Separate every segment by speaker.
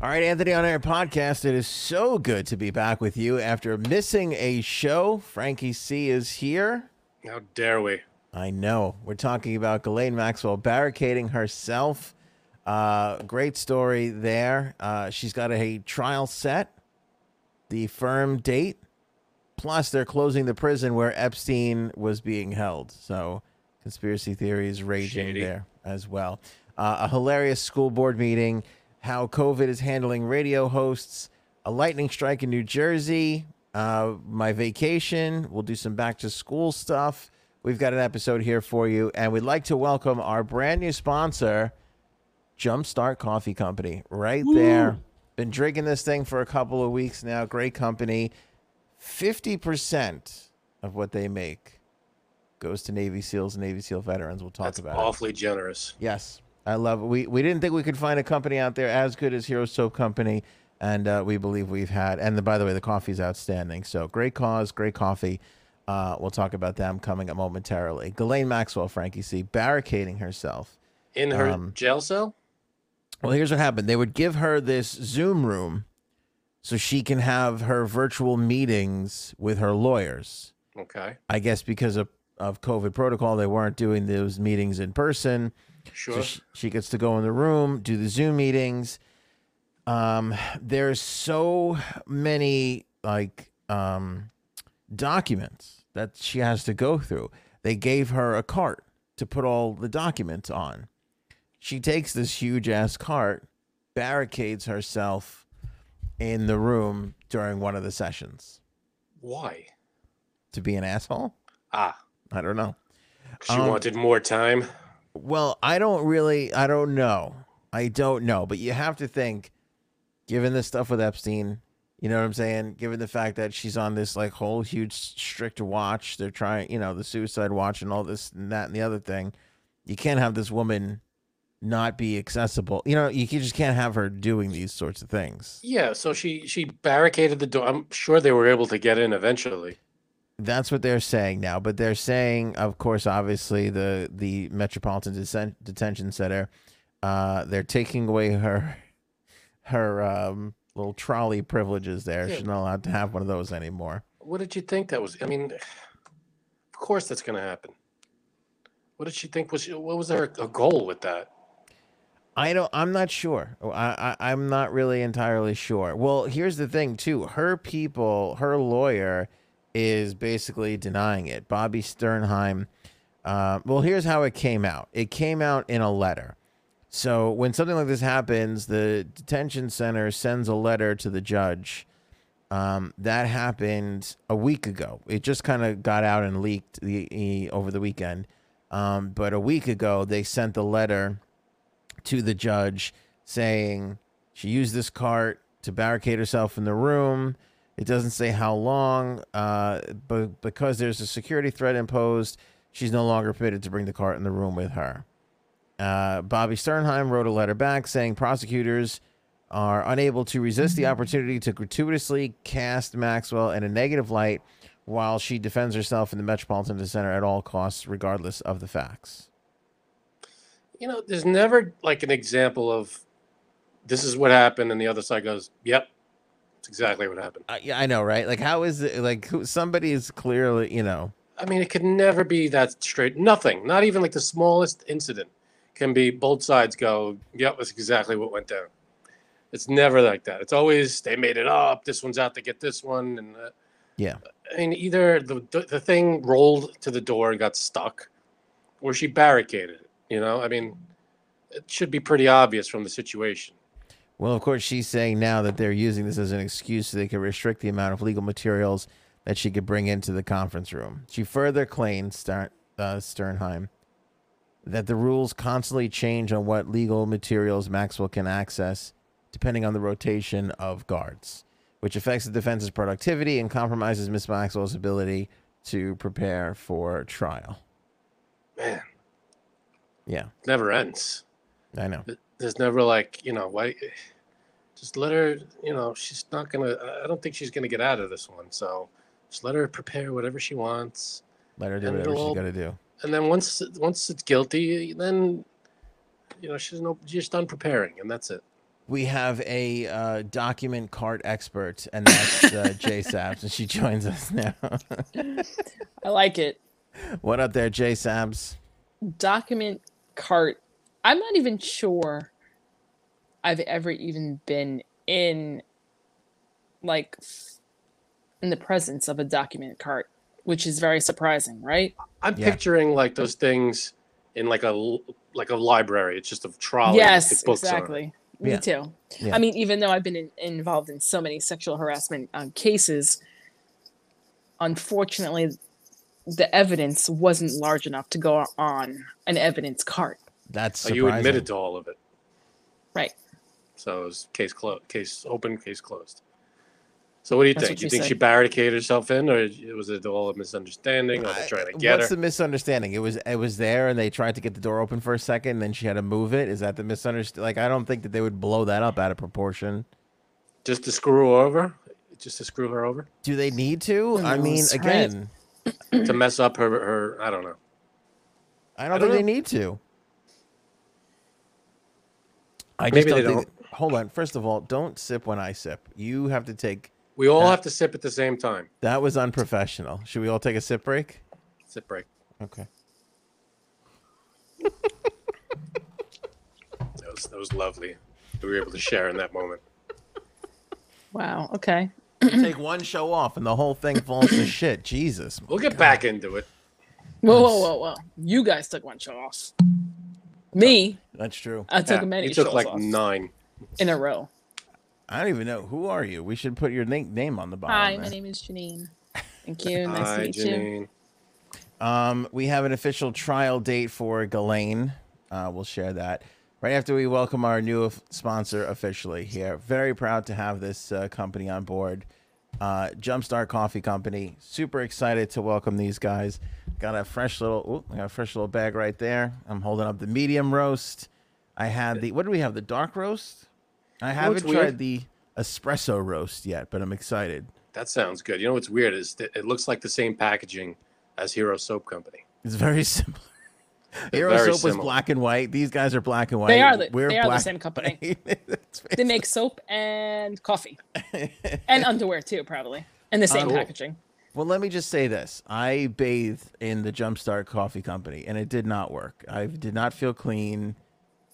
Speaker 1: All right, Anthony on Air podcast. It is so good to be back with you after missing a show. Frankie C is here.
Speaker 2: How dare we?
Speaker 1: I know. We're talking about Ghislaine Maxwell barricading herself. Uh, great story there. Uh, she's got a trial set, the firm date, plus they're closing the prison where Epstein was being held. So conspiracy theories raging
Speaker 2: Shady.
Speaker 1: there as well. Uh, a hilarious school board meeting, how COVID is handling radio hosts, a lightning strike in New Jersey, uh, my vacation. We'll do some back to school stuff. We've got an episode here for you, and we'd like to welcome our brand new sponsor, Jumpstart Coffee Company, right there. Been drinking this thing for a couple of weeks now. Great company. 50% of what they make goes to Navy SEALs and Navy SEAL veterans. We'll talk
Speaker 2: That's
Speaker 1: about it.
Speaker 2: awfully generous.
Speaker 1: Yes, I love. We we didn't think we could find a company out there as good as Hero Soap Company, and uh, we believe we've had. And the, by the way, the coffee is outstanding. So great cause, great coffee. Uh, we'll talk about them coming up momentarily. Ghislaine Maxwell, Frankie C, barricading herself.
Speaker 2: In her
Speaker 1: Um,
Speaker 2: jail cell?
Speaker 1: Well, here's what happened. They would give her this Zoom room so she can have her virtual meetings with her lawyers.
Speaker 2: Okay.
Speaker 1: I guess because of, of COVID protocol, they weren't doing those meetings in person.
Speaker 2: Sure.
Speaker 1: So she, she gets to go in the room, do the Zoom meetings. Um, there's so many like um, documents that she has to go through. They gave her a cart to put all the documents on. She takes this huge ass cart, barricades herself in the room during one of the sessions
Speaker 2: Why?
Speaker 1: to be an asshole.
Speaker 2: Ah,
Speaker 1: I don't know.
Speaker 2: she
Speaker 1: Um,
Speaker 2: wanted more time.
Speaker 1: Well, I don't really, I don't know. I don't know, but you have to think, given the stuff with Epstein, you know what I'm saying? Given the fact that she's on this like whole huge strict watch, they're trying, you know, the suicide watch and all this and that and the other thing. You can't have this woman not be accessible. You know, you can- just can't have her doing these sorts of things.
Speaker 2: Yeah, so she she barricaded the door. I'm sure they were able to get in eventually.
Speaker 1: That's what they're saying now, but they're saying, of course, obviously the the Metropolitan Desen- Detention Center, uh, they're taking away her her um, little trolley privileges. There,
Speaker 2: Yeah.
Speaker 1: she's not allowed to have one of those anymore.
Speaker 2: What did you think that was? I mean, of course that's going to happen. What did she think was she, what was her a goal with that?
Speaker 1: I don't. I'm not sure. Oh, I, I I'm not really entirely sure. Well, here's the thing too. Her people, her lawyer, is basically denying it. Bobby Sternheim. Uh, well, here's how it came out. It came out in a letter. So when something like this happens, the detention center sends a letter to the judge. Um, that happened a week ago. It just kind of got out and leaked the, the over the weekend. Um, but a week ago, they sent the letter to the judge saying she used this cart to barricade herself in the room. It doesn't say how long, uh, but because there's a security threat imposed, she's no longer permitted to bring the cart in the room with her. Uh, Bobby Sternheim wrote a letter back saying prosecutors are unable to resist the opportunity to gratuitously cast Maxwell in a negative light while she defends herself in the Metropolitan Center at all costs, regardless of the facts.
Speaker 2: You know, there's never like an example of this is what happened and the other side goes, "Yep. It's exactly what happened."
Speaker 1: I, yeah, I know, right? Like, how is it? Like, who, somebody is clearly, you know,
Speaker 2: I mean, it could never be that straight. Nothing, not even like the smallest incident, can be both sides go, "Yep, that's exactly what went down." It's never like that. It's always they made it up. This one's out to get this one, and uh,
Speaker 1: Yeah.
Speaker 2: I mean, either the, the the thing rolled to the door and got stuck, or she barricaded it. You know, I mean, it should be pretty obvious from the situation.
Speaker 1: Well, of course, she's saying now that they're using this as an excuse so they can restrict the amount of legal materials that she could bring into the conference room. She further claimed, Stern, uh, Sternheim, that the rules constantly change on what legal materials Maxwell can access depending on the rotation of guards, which affects the defense's productivity and compromises Miss Maxwell's ability to prepare for trial.
Speaker 2: Man,
Speaker 1: Yeah,
Speaker 2: it never ends.
Speaker 1: I know.
Speaker 2: th- there's never like you know why just let her you know she's not gonna i I don't think she's gonna get out of this one so just let her prepare whatever she wants
Speaker 1: Let her do
Speaker 2: And
Speaker 1: whatever she's
Speaker 2: it'll-
Speaker 1: got to do.
Speaker 2: and then once once it's guilty then you know she's no she's done preparing and that's it
Speaker 1: we have a uh, document cart expert, and that's uh, Jay Sabs, and she joins us now.
Speaker 3: I like it.
Speaker 1: what up there, Jay Sabs?
Speaker 3: Document cart. I'm not even sure I've ever even been in like in the presence of a document cart, which is very surprising, right?
Speaker 2: I'm
Speaker 1: Yeah.
Speaker 2: picturing like those things in like a l- like a library. It's just a trolley.
Speaker 3: yes,
Speaker 2: with Oh, books on it.
Speaker 3: exactly. Me
Speaker 1: Yeah.
Speaker 3: too.
Speaker 1: Yeah.
Speaker 3: I mean, even though I've been in, involved in so many sexual harassment um, cases, unfortunately, the evidence wasn't large enough to go on an evidence cart.
Speaker 1: That's
Speaker 2: So
Speaker 1: surprising.
Speaker 2: Oh, you admitted to all of it.
Speaker 3: Right.
Speaker 2: So it was case closed, case open, case closed. So what do you
Speaker 3: That's
Speaker 2: think?
Speaker 3: what
Speaker 2: You
Speaker 3: she
Speaker 2: think she
Speaker 3: said.
Speaker 2: barricaded herself in, or was it all a misunderstanding, or they
Speaker 1: I-
Speaker 2: trying to get
Speaker 1: What's
Speaker 2: her?
Speaker 1: the misunderstanding? It was it was there, and they tried to get the door open for a second, and then she had to move it. Is that the misunderstanding? Like, I don't think that they would blow that up out of proportion.
Speaker 2: Just to screw her over, just to screw her over,
Speaker 1: Do they need to?
Speaker 3: Who
Speaker 1: I mean,
Speaker 3: knows, right?
Speaker 1: again,
Speaker 2: to mess up her her. I don't know.
Speaker 1: I don't
Speaker 2: I don't
Speaker 1: think they need to. I
Speaker 2: Maybe
Speaker 1: just
Speaker 2: they
Speaker 1: don't think- Hold on. First of all, don't sip when I sip. You have to take.
Speaker 2: We all
Speaker 1: Yeah.
Speaker 2: have to sip at the same time.
Speaker 1: That was unprofessional. Should we all take a sip break?
Speaker 2: Sip break.
Speaker 1: Okay.
Speaker 2: That was, that was lovely. We were able to share in that moment.
Speaker 3: Wow. Okay.
Speaker 1: take one show off, and the whole thing falls to shit. Jesus.
Speaker 2: We'll get back into it.
Speaker 3: Whoa,
Speaker 1: Nice.
Speaker 3: whoa, whoa, whoa. You guys took one show off. Me,
Speaker 1: That's true.
Speaker 3: I took
Speaker 2: Yeah,
Speaker 3: many
Speaker 2: Uh, you took
Speaker 3: shows
Speaker 2: like
Speaker 3: off
Speaker 2: nine.
Speaker 3: in a row.
Speaker 1: I don't even know who are you. We should put your na- name on the bottom.
Speaker 3: Hi,
Speaker 1: there.
Speaker 3: my name is Janine. Thank you. Nice
Speaker 2: Oh, Hi,
Speaker 3: to meet you.
Speaker 2: Janine.
Speaker 1: Um, we have an official trial date for Ghislaine. Uh, we'll share that right after we welcome our new of- sponsor officially here. Very proud to have this uh, company on board. Uh, Jumpstart Coffee Company. Super excited to welcome these guys. Got a fresh little, ooh, I got a fresh little bag right there. I'm holding up the medium roast. I had the, what do we have? The dark roast. I haven't
Speaker 2: what's
Speaker 1: tried
Speaker 2: weird?
Speaker 1: the espresso roast yet, but I'm excited.
Speaker 2: That sounds good. You know what's weird is that it looks like the same packaging as Hero Soap Company.
Speaker 1: It's very similar. Hero
Speaker 2: very
Speaker 1: Soap was
Speaker 2: similar.
Speaker 1: black and white. These guys are black and white.
Speaker 3: They are the-
Speaker 1: We're
Speaker 3: they are the
Speaker 1: black
Speaker 3: same
Speaker 1: and
Speaker 3: company.
Speaker 1: white. It's
Speaker 3: They make soap and coffee and underwear too, probably in the same
Speaker 2: Cool.
Speaker 3: packaging.
Speaker 1: Well, let me just say this. I bathed in the Jumpstart Coffee Company, and it did not work. I did not feel clean.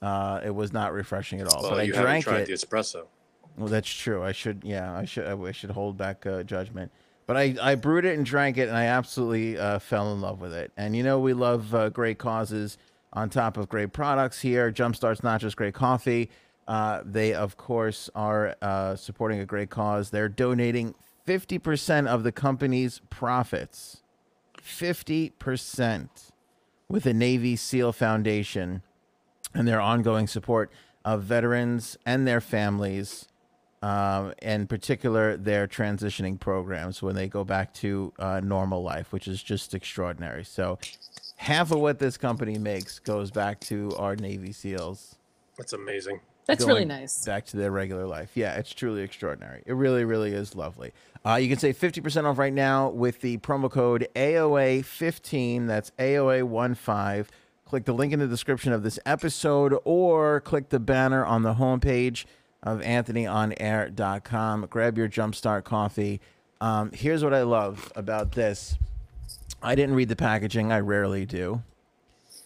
Speaker 1: Uh, it was not refreshing at all.
Speaker 2: Well,
Speaker 1: but I
Speaker 2: you haven't
Speaker 1: drank
Speaker 2: tried
Speaker 1: it.
Speaker 2: the espresso.
Speaker 1: Well, that's true. I should, yeah, I should, I should hold back uh, judgment. But I, I brewed it and drank it, and I absolutely uh, fell in love with it. And you know, we love uh, great causes on top of great products here. Jumpstart's not just great coffee. Uh, they, of course, are uh, supporting a great cause. They're donating 50% of the company's profits. 50% with the Navy SEAL Foundation and their ongoing support of veterans and their families, um, in particular their transitioning programs when they go back to uh, normal life, which is just extraordinary. So, half of what this company makes goes back to our Navy SEALs.
Speaker 2: That's amazing.
Speaker 3: That's
Speaker 1: going
Speaker 3: really nice.
Speaker 1: Back to their regular life. Yeah, it's truly extraordinary. It really, really is lovely. Uh, you can save 50% off right now with the promo code AOA15. That's AOA15. Click the link in the description of this episode or click the banner on the homepage of AnthonyOnAir.com. Grab your Jumpstart coffee. Um, here's what I love about this I didn't read the packaging, I rarely do.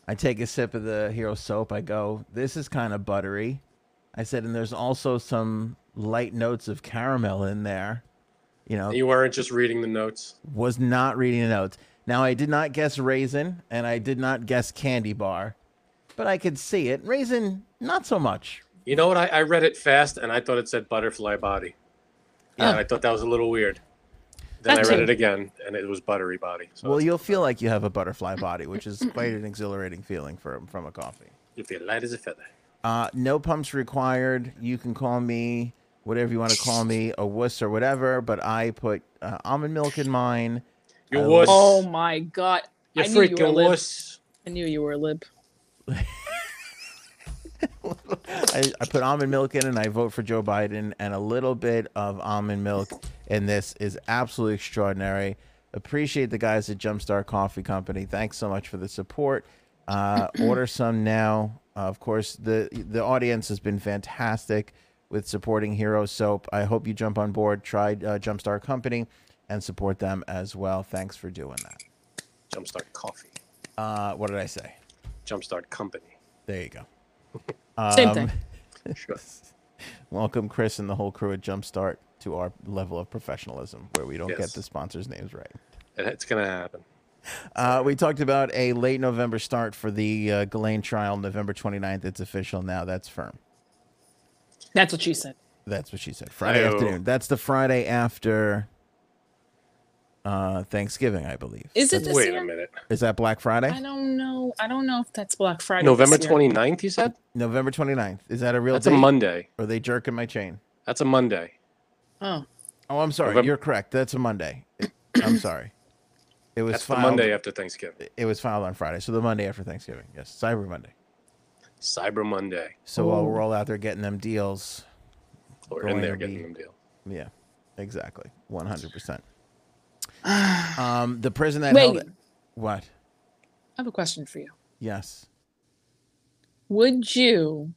Speaker 1: I take a sip of the hero soap. I go, this is kind of buttery. I said, and there's also some light notes of caramel in there. You know,
Speaker 2: You weren't just reading the notes.
Speaker 1: was not reading the notes. Now, I did not guess raisin and I did not guess candy bar, but I could see it. Raisin, not so much.
Speaker 2: You know what? I, I read it fast and I thought it said butterfly body. Yeah, and I thought that was a little weird. Then
Speaker 3: That
Speaker 2: I read
Speaker 3: too.
Speaker 2: it again and it was buttery body. So
Speaker 1: Well, you'll feel like you have a butterfly body, which is quite an exhilarating feeling from, from a coffee.
Speaker 2: you feel light as a feather.
Speaker 1: Uh, no pumps required. You can call me whatever you want to call me, a wuss or whatever, but I put uh, almond milk in mine.
Speaker 2: You
Speaker 1: I
Speaker 2: wuss.
Speaker 3: Oh my god!
Speaker 2: you
Speaker 3: I knew you were a
Speaker 2: freaking
Speaker 3: lib.
Speaker 2: wuss.
Speaker 3: I knew you were a lib.
Speaker 1: I, I put almond milk in and I vote for Joe Biden and a little bit of almond milk in this is absolutely extraordinary. Appreciate the guys at Jumpstart Coffee Company. Thanks so much for the support. Uh, order some now. Uh, of course, the the audience has been fantastic. with supporting Hero Soap. I hope you jump on board, try uh, Jumpstart Company, and support them as well. Thanks for doing that.
Speaker 2: Jumpstart Coffee,
Speaker 1: Uh, what did I say?
Speaker 2: Jumpstart Company.
Speaker 1: There you go.
Speaker 2: Um,
Speaker 3: Same thing.
Speaker 2: Sure.
Speaker 1: Welcome, Chris, and the whole crew at Jumpstart to our level of professionalism where we don't get
Speaker 2: Yes.
Speaker 1: the sponsors' names right.
Speaker 2: It- It's gonna happen.
Speaker 1: Uh, we talked about a late November start for the uh, Ghislaine trial, November 29th. It's official now. That's firm.
Speaker 3: That's what she said.
Speaker 1: That's what she said. Friday
Speaker 2: Ayo.
Speaker 1: afternoon. That's the Friday after uh, Thanksgiving, I believe.
Speaker 3: Is it this
Speaker 2: Wait
Speaker 3: year?
Speaker 2: a minute.
Speaker 1: Is that Black Friday?
Speaker 3: I don't know. I don't know if that's Black Friday. this
Speaker 2: November
Speaker 3: year.
Speaker 2: 29th, you said?
Speaker 1: November 29th. Is that a real
Speaker 2: That's a
Speaker 1: date?
Speaker 2: Monday.
Speaker 1: Or are they jerking my chain?
Speaker 2: That's a Monday.
Speaker 3: Oh,
Speaker 1: Oh, I'm sorry.
Speaker 2: Novem-
Speaker 1: You're correct. That's a Monday. I'm sorry. It was
Speaker 2: That's the
Speaker 1: filed.
Speaker 2: Monday after Thanksgiving.
Speaker 1: It was filed on Friday, so the Monday after Thanksgiving. Yes, Cyber Monday.
Speaker 2: Cyber Monday.
Speaker 1: So while
Speaker 3: Ooh.
Speaker 1: we're all out there getting them deals,
Speaker 2: We're
Speaker 1: Going
Speaker 2: in there
Speaker 1: to
Speaker 2: getting
Speaker 1: be-
Speaker 2: them deal.
Speaker 1: yeah, exactly, 100. percent Um, the prison that
Speaker 3: Wait.
Speaker 1: held- what?
Speaker 3: I have a question for you.
Speaker 1: Yes.
Speaker 3: Would you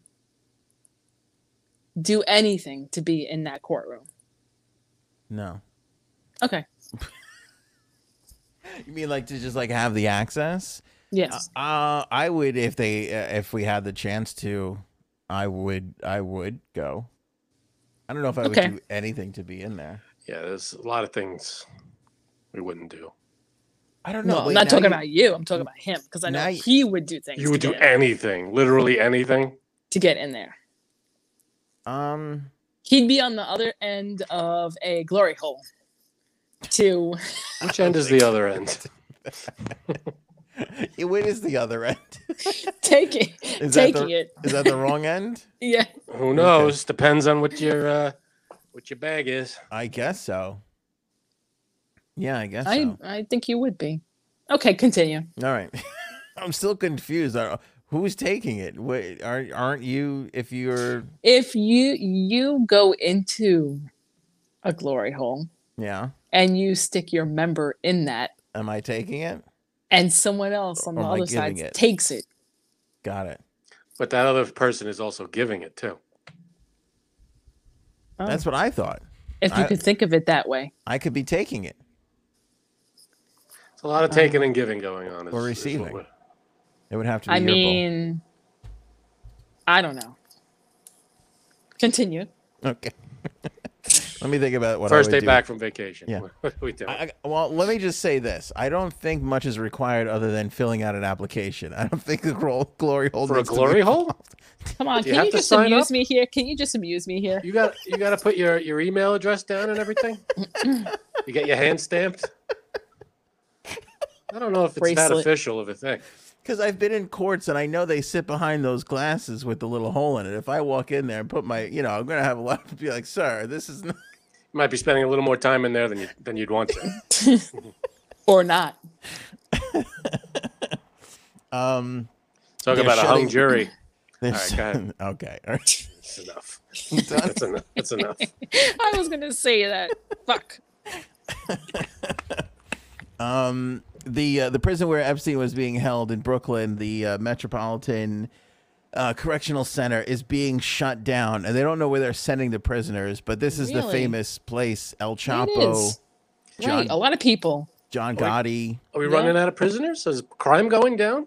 Speaker 3: do anything to be in that courtroom?
Speaker 1: No.
Speaker 3: Okay.
Speaker 1: You mean like to just like have the access?
Speaker 3: Yes.
Speaker 1: Uh, I would if they uh, if we had the chance to, I would I would go. I don't know if I
Speaker 3: Okay.
Speaker 1: would do anything to be in there.
Speaker 2: Yeah, there's a lot of things we wouldn't do.
Speaker 1: I don't know. Wait,
Speaker 3: no, I'm not
Speaker 1: now
Speaker 3: talking
Speaker 1: you-
Speaker 3: about you. I'm talking about him because I know
Speaker 1: now you-
Speaker 3: he would do things
Speaker 2: You would
Speaker 3: to,
Speaker 2: do
Speaker 3: get, in-
Speaker 2: anything, literally anything.
Speaker 3: to get in there.
Speaker 1: Um,
Speaker 3: He'd be on the other end of a glory hole to
Speaker 2: Which end is the other end?
Speaker 1: what Um, is the other end?
Speaker 3: take it,
Speaker 1: Is that
Speaker 3: taking
Speaker 1: the-
Speaker 3: it.
Speaker 1: Is that the wrong end?
Speaker 3: Yeah.
Speaker 2: Who knows? Depends on what your uh, what your bag is.
Speaker 1: I guess so. Yeah, I guess
Speaker 3: I,
Speaker 1: so.
Speaker 3: I think you would be. Okay, continue.
Speaker 1: All right. I'm still confused. I don't- Who's taking it? Wait, aren't aren't you? If you're,
Speaker 3: If you you go into a glory hole
Speaker 1: yeah,
Speaker 3: and you stick your member in that
Speaker 1: am I taking it?
Speaker 3: and someone else on
Speaker 1: Or
Speaker 3: the
Speaker 1: am I
Speaker 3: other side
Speaker 1: giving it?
Speaker 3: takes it.
Speaker 1: Got it.
Speaker 2: But that other person is also giving it too.
Speaker 3: Oh,
Speaker 1: That's what I thought.
Speaker 3: if you
Speaker 1: I-
Speaker 3: could think of it that way.
Speaker 1: I could be taking it.
Speaker 2: It's a lot of taking and giving going on. Is,
Speaker 1: Or
Speaker 2: is what
Speaker 1: receiving.
Speaker 2: we're-
Speaker 1: It would have to be.
Speaker 3: I
Speaker 1: your bull.
Speaker 3: mean, I don't know. Continue.
Speaker 1: Okay. let me think about what I
Speaker 2: First
Speaker 1: would
Speaker 2: day
Speaker 1: do.
Speaker 2: back from vacation.
Speaker 1: Yeah.
Speaker 2: What do we do?
Speaker 1: I, I- well, let me just say this: I don't think much is required other than filling out an application. I don't think the gro- glory hole
Speaker 2: For a
Speaker 1: needs to be
Speaker 2: glory hole?
Speaker 1: involved.
Speaker 3: Come on,
Speaker 2: Do you
Speaker 3: can
Speaker 2: have
Speaker 3: you
Speaker 2: to
Speaker 3: just
Speaker 2: sign
Speaker 3: amuse
Speaker 2: up?
Speaker 3: me here? Can you just amuse me here?
Speaker 2: You got you got to put your your email address down and everything. you get your hand stamped. I don't know if it's that
Speaker 3: Bracelet.
Speaker 2: official of a thing.
Speaker 1: Because I've been in courts and I know they sit behind those glasses with the little hole in it. If I walk in there and put my, you know, I'm gonna have a lot to be like, sir, this is not.
Speaker 2: You might be spending a little more time in there than you than you'd want to.
Speaker 3: Or not?
Speaker 1: Um,
Speaker 2: Talk
Speaker 1: They're
Speaker 2: about a hung
Speaker 1: shutting-
Speaker 2: jury.
Speaker 1: this,
Speaker 2: All right, go ahead.
Speaker 1: okay, all right.
Speaker 2: That's enough.
Speaker 1: I'm done.
Speaker 2: That's enough. That's enough.
Speaker 3: I was going to say that. Fuck.
Speaker 1: Um, the uh, the prison where Epstein was being held in Brooklyn, the uh, Metropolitan uh, Correctional Center, is being shut down, and they don't know where they're sending the prisoners. But this is the
Speaker 3: Really?
Speaker 1: famous place, El
Speaker 3: It
Speaker 1: Chapo,
Speaker 3: is.
Speaker 1: John-
Speaker 3: Right. A lot of people.
Speaker 1: John
Speaker 2: Oh, wait.
Speaker 1: Gotti.
Speaker 2: Are we
Speaker 3: Yeah.
Speaker 2: running out of prisoners? Is crime going down?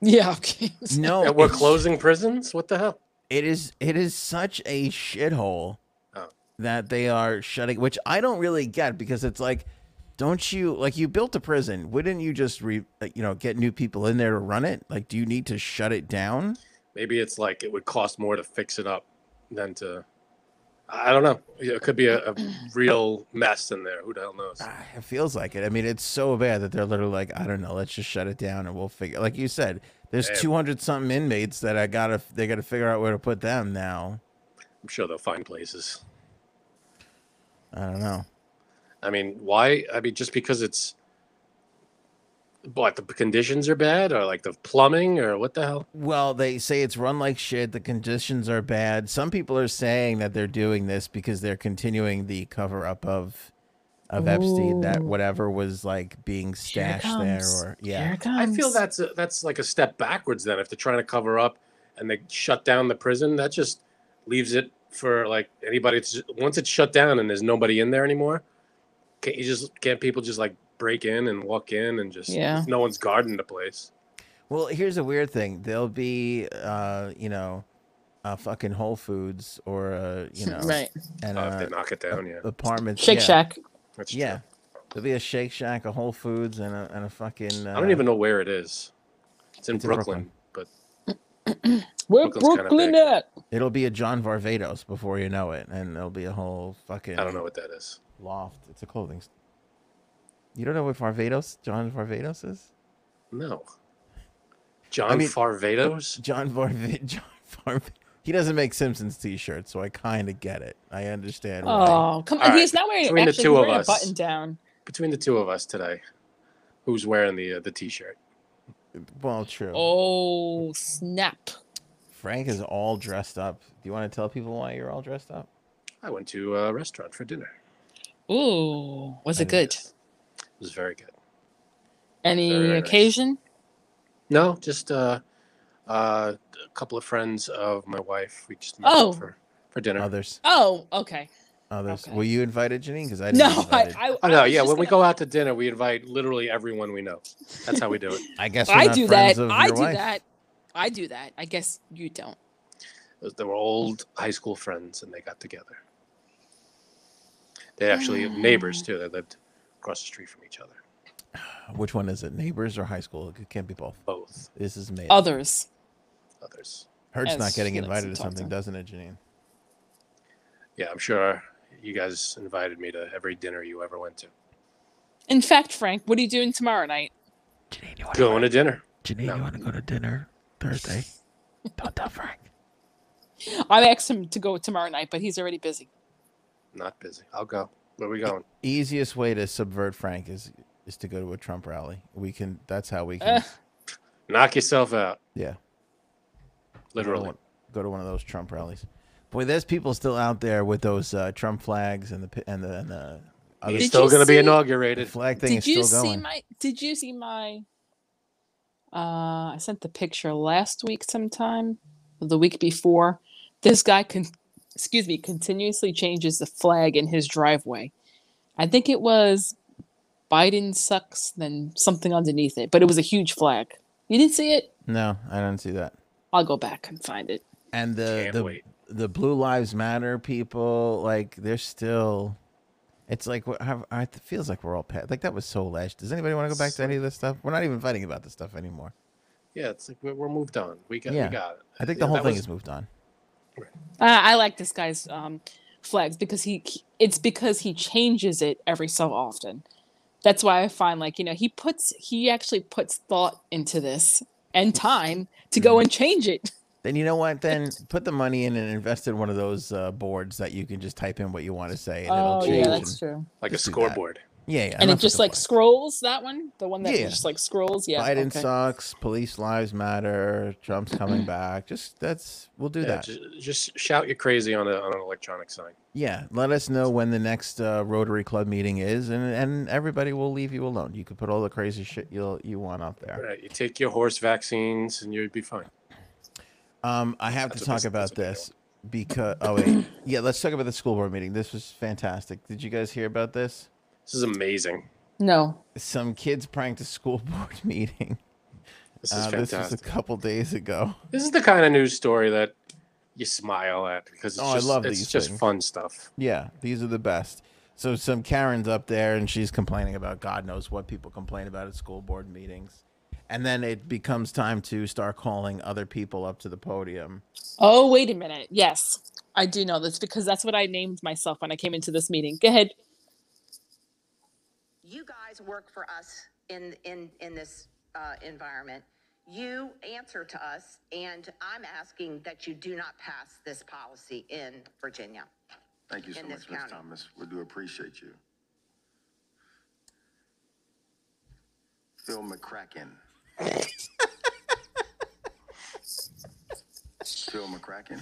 Speaker 3: Yeah. Okay.
Speaker 1: No,
Speaker 2: And we're
Speaker 1: it's-
Speaker 2: closing prisons? What the hell?
Speaker 1: it is it is such a shithole
Speaker 2: Oh.
Speaker 1: that they are shutting which i don't really get because it's like don't you like you built a prison wouldn't you just re uh, you know get new people in there to run it like do you need to shut it down
Speaker 2: Maybe it's like it would cost more to fix it up than to. I I don't know. It could be a, a real mess in there. Who the hell knows?
Speaker 1: Ah, it feels like it i mean it's so bad that they're literally like i don't know let's just shut it down and we'll figure like you said there's
Speaker 2: Yeah.
Speaker 1: 200 something inmates that i gotta they gotta figure out where to put them now
Speaker 2: I'm sure they'll find places.
Speaker 1: i don't know
Speaker 2: I mean, why? I mean, just because it's. What, the conditions are bad or like the plumbing or what the hell?
Speaker 1: Well, they say it's run like shit. The conditions are bad. Some people are saying that they're doing this because they're continuing the cover up of of Epstein that
Speaker 3: Ooh.
Speaker 1: whatever was like being
Speaker 3: Here it
Speaker 1: stashed there
Speaker 3: comes.
Speaker 1: or
Speaker 3: Here
Speaker 1: yeah.
Speaker 3: it comes.
Speaker 2: I feel that's a, that's like a step backwards then if they're trying to cover up and they shut down the prison that just leaves it for like anybody. To, once it's shut down and there's nobody in there anymore, can't you just can't people just like break in and walk in and just
Speaker 3: Yeah.
Speaker 2: no one's guarding the place.
Speaker 1: Well, here's a weird thing. There'll be, uh, you know, a fucking Whole Foods or a, you know,
Speaker 3: right.
Speaker 1: and
Speaker 2: Uh, if they
Speaker 1: a
Speaker 2: knock it down, yeah,
Speaker 1: apartment.
Speaker 3: Shake
Speaker 1: yeah,
Speaker 3: Shack.
Speaker 2: that's
Speaker 1: Yeah,
Speaker 2: true.
Speaker 1: there'll be a Shake Shack, a Whole Foods, and a and a fucking. Uh,
Speaker 2: I don't even know where it is. It's in
Speaker 1: It's in
Speaker 2: Brooklyn, but
Speaker 3: Where
Speaker 2: Brooklyn's kinda
Speaker 3: Brooklyn
Speaker 2: big.
Speaker 3: at?
Speaker 1: uh, It'll be a John Varvatos before you know it, and there'll be a whole fucking.
Speaker 2: I don't know what that is.
Speaker 1: Loft. It's a clothing. St- you don't know what Varvatos, John Varvatos is?
Speaker 2: No, John
Speaker 1: I mean-
Speaker 2: Farvados.
Speaker 1: John Varv. John Varv. He doesn't make Simpsons T-shirts, so I kind of get it. I understand. why.
Speaker 3: Oh, come on.
Speaker 2: All
Speaker 3: He's not wearing
Speaker 2: Between the
Speaker 3: actually,
Speaker 2: two
Speaker 3: he's
Speaker 2: of
Speaker 3: wearing
Speaker 2: us.
Speaker 3: a button down.
Speaker 2: between the two of us today, who's wearing the uh, the t-shirt?
Speaker 1: Well, true.
Speaker 3: Oh, snap.
Speaker 1: Frank is all dressed up. Do you want to tell people why you're all dressed up?
Speaker 2: I went to a restaurant for dinner.
Speaker 3: Ooh, was
Speaker 1: I
Speaker 3: it good?
Speaker 2: It was very good. very
Speaker 3: Any
Speaker 2: nice.
Speaker 3: occasion?
Speaker 2: No, just uh, uh, a couple of friends of my wife. We just met up
Speaker 3: Oh.
Speaker 2: for for dinner.
Speaker 1: Others,
Speaker 3: Oh, okay.
Speaker 1: others.
Speaker 3: Okay.
Speaker 1: Were you invited, Janine? Because I didn't
Speaker 3: No, I,
Speaker 1: invite-
Speaker 3: I,
Speaker 2: Oh no,
Speaker 3: I was
Speaker 2: yeah.
Speaker 3: just
Speaker 2: When we
Speaker 3: gonna-
Speaker 2: go out to dinner, we invite literally everyone we know. That's how we do it.
Speaker 1: I guess
Speaker 3: I
Speaker 1: we're not
Speaker 3: do
Speaker 1: friends
Speaker 3: that.
Speaker 1: of
Speaker 3: I
Speaker 1: your
Speaker 3: do
Speaker 1: wife.
Speaker 3: that. I do that. I guess you don't.
Speaker 2: They were old high school friends, and they got together. They actually
Speaker 3: Mm.
Speaker 2: neighbors too. They lived across the street from each other.
Speaker 1: Which one is it? Neighbors or high school? It can't be both.
Speaker 2: Both
Speaker 1: This is me.
Speaker 3: Others.
Speaker 2: others.
Speaker 1: Hertz not
Speaker 3: As
Speaker 1: getting
Speaker 3: Oh, she likes
Speaker 1: invited to
Speaker 3: to talk to
Speaker 1: something,
Speaker 3: him.
Speaker 1: doesn't it, Janine?
Speaker 2: Yeah, I'm sure you guys invited me to every dinner you ever went to.
Speaker 3: In fact, Frank, what are you doing tomorrow night?
Speaker 1: Janine, you want
Speaker 2: Going to dinner.
Speaker 1: Janine,
Speaker 2: No.
Speaker 1: want to go to dinner Thursday? Don't tell Frank.
Speaker 3: I asked him to go tomorrow night, but he's already busy.
Speaker 2: Not busy. I'll go. Where we going?
Speaker 1: Easiest way to subvert Frank is is to go to a Trump rally. We can. That's how we can.
Speaker 3: Ugh.
Speaker 2: Knock yourself out.
Speaker 1: yeah.
Speaker 2: Literally.
Speaker 1: Go to, one, go to one of those Trump rallies. Boy, there's people still out there with those uh, Trump flags and the pi- and the and the, other
Speaker 2: He's
Speaker 3: Did
Speaker 1: s-
Speaker 2: still
Speaker 3: you
Speaker 2: going to be
Speaker 3: see-
Speaker 1: the
Speaker 2: inaugurated.
Speaker 1: flag thing
Speaker 3: Did
Speaker 1: is
Speaker 3: you
Speaker 1: still
Speaker 3: see
Speaker 1: going.
Speaker 3: my? Did you see my? Uh, I sent the picture last week, sometime or the week before. This guy can, excuse me, continuously changes the flag in his driveway. I think it was Biden sucks, then something underneath it, but it was a huge flag. You didn't see it?
Speaker 1: no, I don't see that.
Speaker 3: I'll go back and find it.
Speaker 1: And the
Speaker 2: Can't
Speaker 1: the
Speaker 2: wait.
Speaker 1: the Blue Lives Matter people, like they're still. It's like what have- I- it feels like we're all past. Like that was so lash. Does anybody want to go back to any of this stuff? We're not even fighting about this stuff anymore.
Speaker 2: Yeah, it's like we're, we're moved on. We got,
Speaker 1: Yeah.
Speaker 2: we got it.
Speaker 1: I think
Speaker 2: Yeah,
Speaker 1: the whole
Speaker 2: that
Speaker 1: thing
Speaker 2: was-
Speaker 1: is moved on.
Speaker 3: Uh, I like this guy's um, flags because he it's because he changes it every so often. That's why I find like you know he puts he actually puts thought into this and time to
Speaker 1: Mm-hmm.
Speaker 3: go and change it.
Speaker 1: Then you know what? Then put the money in and invest in one of those uh, boards that you can just type in what you want to say and it'll change. and-
Speaker 3: Oh, true.
Speaker 2: Like a
Speaker 1: Just do that.
Speaker 2: scoreboard.
Speaker 1: Yeah, yeah.
Speaker 3: And
Speaker 1: enough
Speaker 3: it
Speaker 1: with
Speaker 3: just
Speaker 1: the
Speaker 3: like
Speaker 1: flag.
Speaker 3: scrolls that one, the one that
Speaker 1: Yeah.
Speaker 3: just like scrolls. Yeah,
Speaker 1: Biden
Speaker 3: okay.
Speaker 1: sucks. Police lives matter. Trump's coming back. Just that's we'll do
Speaker 2: Yeah,
Speaker 1: that.
Speaker 2: just, just shout you crazy on, a, on an electronic sign.
Speaker 1: Yeah, let us know when the next uh, Rotary Club meeting is, and and everybody will leave you alone. You can put all the crazy shit you you want up there.
Speaker 2: Right. You take your horse vaccines and you'd be fine.
Speaker 1: Um, I have
Speaker 2: That's
Speaker 1: to
Speaker 2: what
Speaker 1: talk
Speaker 2: this-
Speaker 1: about
Speaker 2: that's what they
Speaker 1: this because oh wait, yeah, let's talk about the school board meeting. This was fantastic. Did you guys hear about this?
Speaker 2: This is amazing.
Speaker 3: No,
Speaker 1: Some kids pranked a school board meeting.
Speaker 2: This is
Speaker 1: Uh, this was a
Speaker 2: fantastic.
Speaker 1: couple days ago.
Speaker 2: This is the kind of news story that you smile at because it's
Speaker 1: Oh, I
Speaker 2: just,
Speaker 1: love
Speaker 2: it's
Speaker 1: these
Speaker 2: just
Speaker 1: things.
Speaker 2: fun stuff.
Speaker 1: Yeah, these are the best. So some Karen's up there and she's complaining about God knows what people complain about at school board meetings. And then it becomes time to start calling other people up to the podium.
Speaker 3: Oh, wait a minute. Yes, I do know this because that's what I named myself when I came into this meeting. Go ahead.
Speaker 4: you guys work for us in, in, in this uh, environment. You answer to us, and I'm asking that you do not pass this policy in Virginia.
Speaker 5: Thank you so
Speaker 4: in this
Speaker 5: much, Ms.
Speaker 4: county.
Speaker 5: Thomas. We do appreciate you. Phil McCracken. Phil McCracken.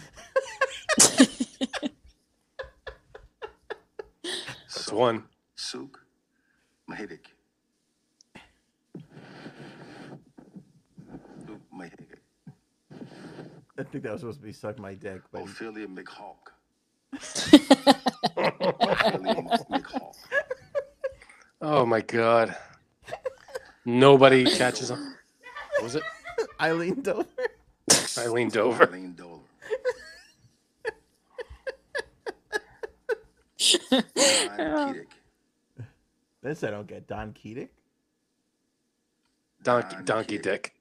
Speaker 2: That's one.
Speaker 5: Suk Mahidik. Luke Mahidik.
Speaker 1: I think that was supposed to be suck my dick, but
Speaker 5: Ophelia McHawk. William McHawk.
Speaker 2: Oh my god. Nobody catches on. What was it?
Speaker 1: I leaned over.
Speaker 2: I leaned over.
Speaker 5: Eileen Dolan. Brian Kedick.
Speaker 1: This I don't get. Don Keating.
Speaker 2: Donkey, donkey dick.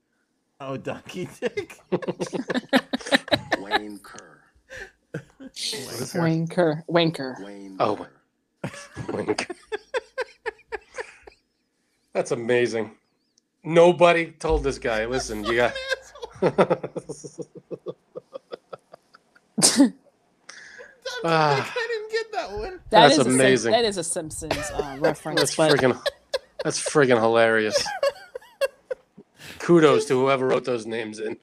Speaker 1: Oh, Don Keating.
Speaker 5: Wayne Kerr.
Speaker 3: Wanker. Wanker.
Speaker 5: Wayne
Speaker 2: Oh.
Speaker 5: Kerr.
Speaker 2: Wink. That's amazing. Nobody told this guy, listen, you got. Ah,
Speaker 1: I didn't get that one.
Speaker 2: That's
Speaker 3: is a Sim-
Speaker 2: amazing.
Speaker 3: that is a Simpsons uh, reference,
Speaker 2: that's
Speaker 3: but
Speaker 2: friggin', that's friggin' hilarious. Kudos to whoever wrote those names in.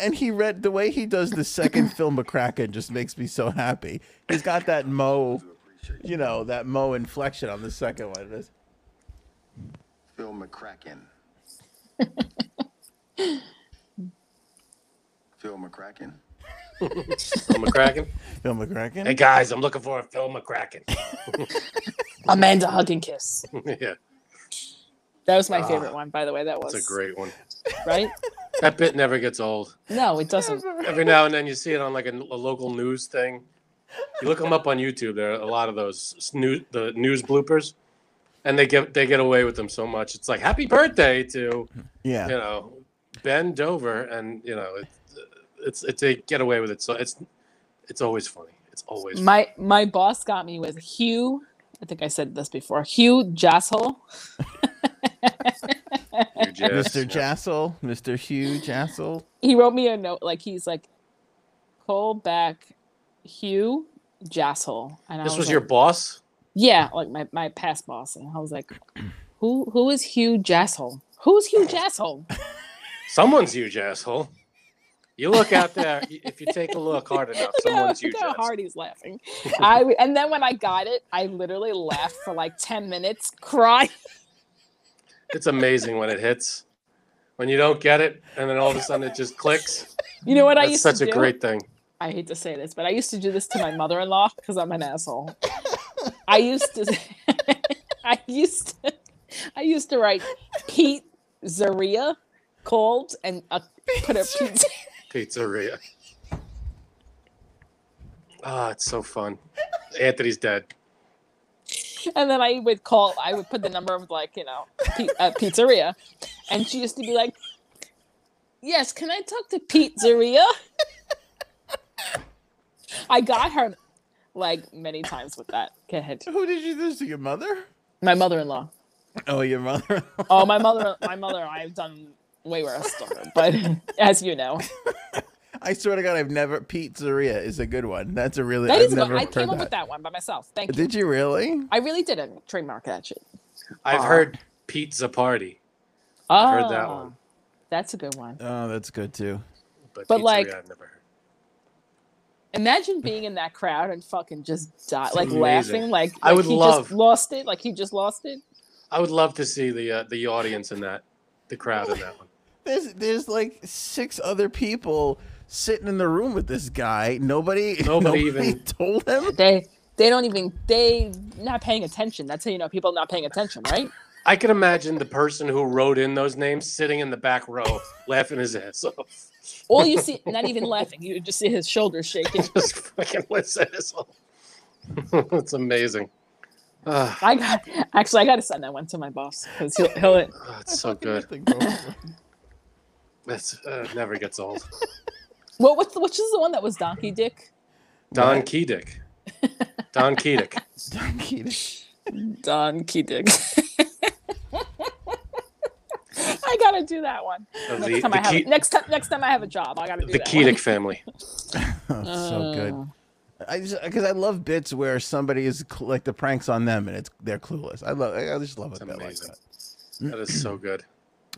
Speaker 1: And he read the way he does the second Phil McCracken just makes me so happy. He's got that mo,
Speaker 5: Appreciate you.
Speaker 1: you know, that mo inflection on the second one. It's-
Speaker 5: Phil McCracken. Phil McCracken.
Speaker 2: Phil McCracken.
Speaker 1: Phil McCracken.
Speaker 2: Hey guys, I'm looking for a Phil McCracken.
Speaker 3: Amanda Hug and Kiss.
Speaker 2: yeah,
Speaker 3: That was my favorite one, by the way. That was
Speaker 2: Ah, that's a great one.
Speaker 3: right?
Speaker 2: That bit never gets old.
Speaker 3: No, it doesn't.
Speaker 2: Every now and then you see it on like a, a local news thing. You look them up on YouTube. There are a lot of those news, the news bloopers, and they get they get away with them so much. It's like happy birthday to you
Speaker 1: Yeah.
Speaker 2: know Ben Dover, and you know it, it's it's they get away with it. So it's it's always funny. It's always funny.
Speaker 3: My my boss got me with Hugh. I think I said this before. Hugh Jasshole.
Speaker 2: Hugh Jass,
Speaker 1: Mr.
Speaker 2: yeah.
Speaker 1: Jassel, Mr. Hugh Jassel.
Speaker 3: He wrote me a note like he's like, call back Hugh Jasshole. And I
Speaker 2: This was
Speaker 3: like,
Speaker 2: your boss.
Speaker 3: yeah, like my, my past boss, and I was like, who who is Hugh Jasshole? Who's Hugh Jasshole?
Speaker 2: Someone's huge asshole. You look out there. if you take a look hard enough, someone's huge
Speaker 3: Look how
Speaker 2: asshole.
Speaker 3: hard he's laughing. I w- and then when I got it, I literally laughed for like ten minutes, crying.
Speaker 2: It's amazing when it hits. When you don't get it, and then all of a sudden it just clicks.
Speaker 3: You know what I
Speaker 2: That's
Speaker 3: used
Speaker 2: such
Speaker 3: to
Speaker 2: a
Speaker 3: do?
Speaker 2: great thing.
Speaker 3: I hate to say this, but I used to do this to my mother-in-law because I'm an asshole. I used to, I used to, I used to write Pete Zaria called and uh, put a Pete.
Speaker 2: Pizzeria. Ah, it's so fun. Anthony's dead.
Speaker 3: And then I would call, I would put the number of like, you know, pi- uh, pizzeria. And she used to be like, Yes, can I talk to pizzeria? I got her like many times with that. Go ahead.
Speaker 1: Who did you do this to? Your mother?
Speaker 3: My mother in law.
Speaker 1: Oh, your mother.
Speaker 3: Oh, my mother, my mother, I've done way worse to her, but as you know,
Speaker 1: I swear to God, I've never. Pizzeria is a good one. That's a really.
Speaker 3: that
Speaker 1: I've
Speaker 3: is one.
Speaker 1: never
Speaker 3: I came
Speaker 1: heard
Speaker 3: up
Speaker 1: that.
Speaker 3: with that one by myself. Thank you.
Speaker 1: Did you really?
Speaker 3: I really didn't trademark that shit.
Speaker 2: I've heard pizza party,
Speaker 3: Oh,
Speaker 2: heard that one.
Speaker 3: That's a good one.
Speaker 1: Oh, that's good too.
Speaker 2: but,
Speaker 3: But,
Speaker 2: pizzeria
Speaker 3: like-
Speaker 2: I've never heard.
Speaker 3: Imagine being in that crowd and fucking just die, like
Speaker 2: amazing.
Speaker 3: laughing, like,
Speaker 2: I
Speaker 3: like
Speaker 2: would
Speaker 3: he
Speaker 2: love-
Speaker 3: just lost it, like he just lost it.
Speaker 2: I would love to see the uh, the audience in that, the crowd in that one.
Speaker 1: There's there's like six other people sitting in the room with this guy. Nobody
Speaker 2: Nobody
Speaker 1: nobody,
Speaker 2: even-
Speaker 1: told him.
Speaker 3: They they don't even they not paying attention. That's how you know people not paying attention, right?
Speaker 2: I can imagine the person who wrote in those names sitting in the back row, laughing his ass off.
Speaker 3: All you see, not even laughing, you just see his shoulders shaking.
Speaker 2: Just fucking his ass off. it's amazing. Ah,
Speaker 3: I got actually, I got to send that one to my boss because he'll he'll
Speaker 2: ah, it's so good. It's, uh, it never gets old.
Speaker 3: What what's the, which is the one that was Donkey Dick?
Speaker 2: Don
Speaker 1: What?
Speaker 2: Kedick. Don Kedick.
Speaker 1: Don Keating.
Speaker 3: Donkey Dick. I gotta do that one
Speaker 2: Of
Speaker 3: next
Speaker 2: the,
Speaker 3: time
Speaker 2: the
Speaker 3: I have
Speaker 2: Ke-
Speaker 3: next time next time I have a job. I gotta do
Speaker 2: the
Speaker 3: that.
Speaker 2: Kedick family.
Speaker 1: Oh, so good. I just because I love bits where somebody is cl- like the pranks on them and it's they're clueless. I love I just love it that like
Speaker 2: amazing.
Speaker 1: that.
Speaker 2: That is so good.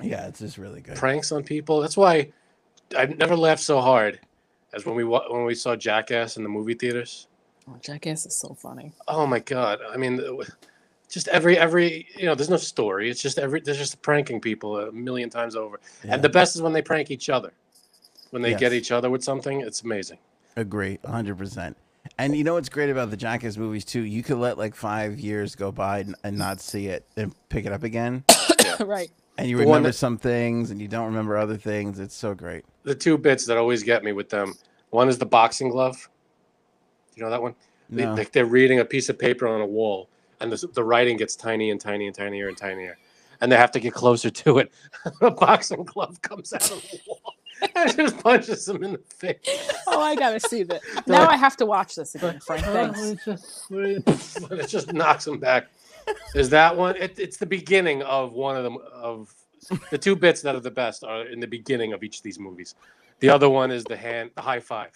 Speaker 1: Yeah, it's just really good.
Speaker 2: Pranks on people. That's why I've never laughed so hard as when we wa- when we saw Jackass in the movie theaters.
Speaker 3: One. Oh, Jackass is so funny.
Speaker 2: Oh my god! I mean, just every every you know, there's no story. It's just every there's just pranking people a million times over.
Speaker 1: Yeah.
Speaker 2: And the best is when they prank each other. When they get
Speaker 1: Yes.
Speaker 2: each other with something, it's amazing.
Speaker 1: Agree, 100. percent And you know what's great about the Jackass movies too? You could let like five years go by and, and not see it and pick it up again,
Speaker 3: right.
Speaker 1: and you
Speaker 2: The one
Speaker 1: remember
Speaker 2: that-
Speaker 1: some things and you don't remember other things. It's so great.
Speaker 2: The two bits that always get me with them. One is the boxing glove. You know that one? They-
Speaker 1: No.
Speaker 2: Like they're reading a piece of paper on a wall, and the, the writing gets tiny and tiny and tinier and tinier, and they have to get closer to it. a boxing glove comes out of the wall and just punches them in the face.
Speaker 3: Oh, I gotta see that. Now I have to watch this again, Frank. Thanks.
Speaker 2: it just knocks them back. There's that one. It, it's the beginning of one of them. Of the two bits that are the best are in the beginning of each of these movies. The other one is the hand, the high five.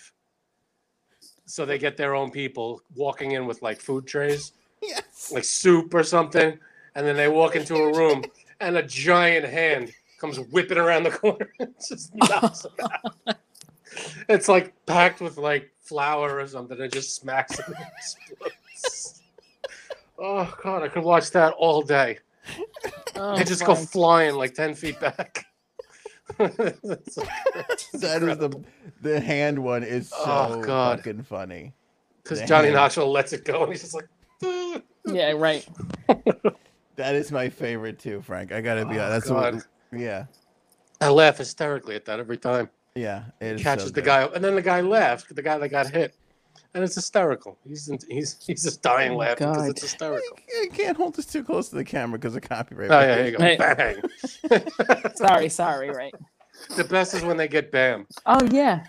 Speaker 2: So they get their own people walking in with like food trays,
Speaker 1: Yes.
Speaker 2: like soup or something, and then they walk into a room and a giant hand comes whipping around the corner. and just knocks them out. It's like packed with like flour or something. It just smacks them and explodes. Oh god, I could watch that all day.
Speaker 3: Oh,
Speaker 2: I just go
Speaker 3: Frank.
Speaker 2: flying like ten feet back. It's like-
Speaker 1: That is the the hand one is so
Speaker 2: Oh, God.
Speaker 1: fucking funny.
Speaker 2: Because
Speaker 1: The
Speaker 2: Johnny
Speaker 1: hand.
Speaker 2: Knoxville lets it go, and he's just like, "Ugh."
Speaker 3: Yeah, right.
Speaker 1: That is my favorite too, Frank. I gotta be
Speaker 2: Oh,
Speaker 1: honest. That's
Speaker 2: God.
Speaker 1: what. Yeah.
Speaker 2: I laugh hysterically at that every time.
Speaker 1: Yeah. It is so
Speaker 2: Catches the
Speaker 1: good.
Speaker 2: guy, and then the guy laughs. The guy that got hit, and it's hysterical. He's he's he's just dying
Speaker 3: Oh,
Speaker 2: laughing because
Speaker 3: God.
Speaker 2: it's hysterical.
Speaker 1: I can't hold this too close to the camera because of copyright.
Speaker 2: Oh yeah, here you go,
Speaker 3: Right.
Speaker 2: bang.
Speaker 3: Sorry, sorry, right.
Speaker 2: the best is when they get bam.
Speaker 3: Oh yeah.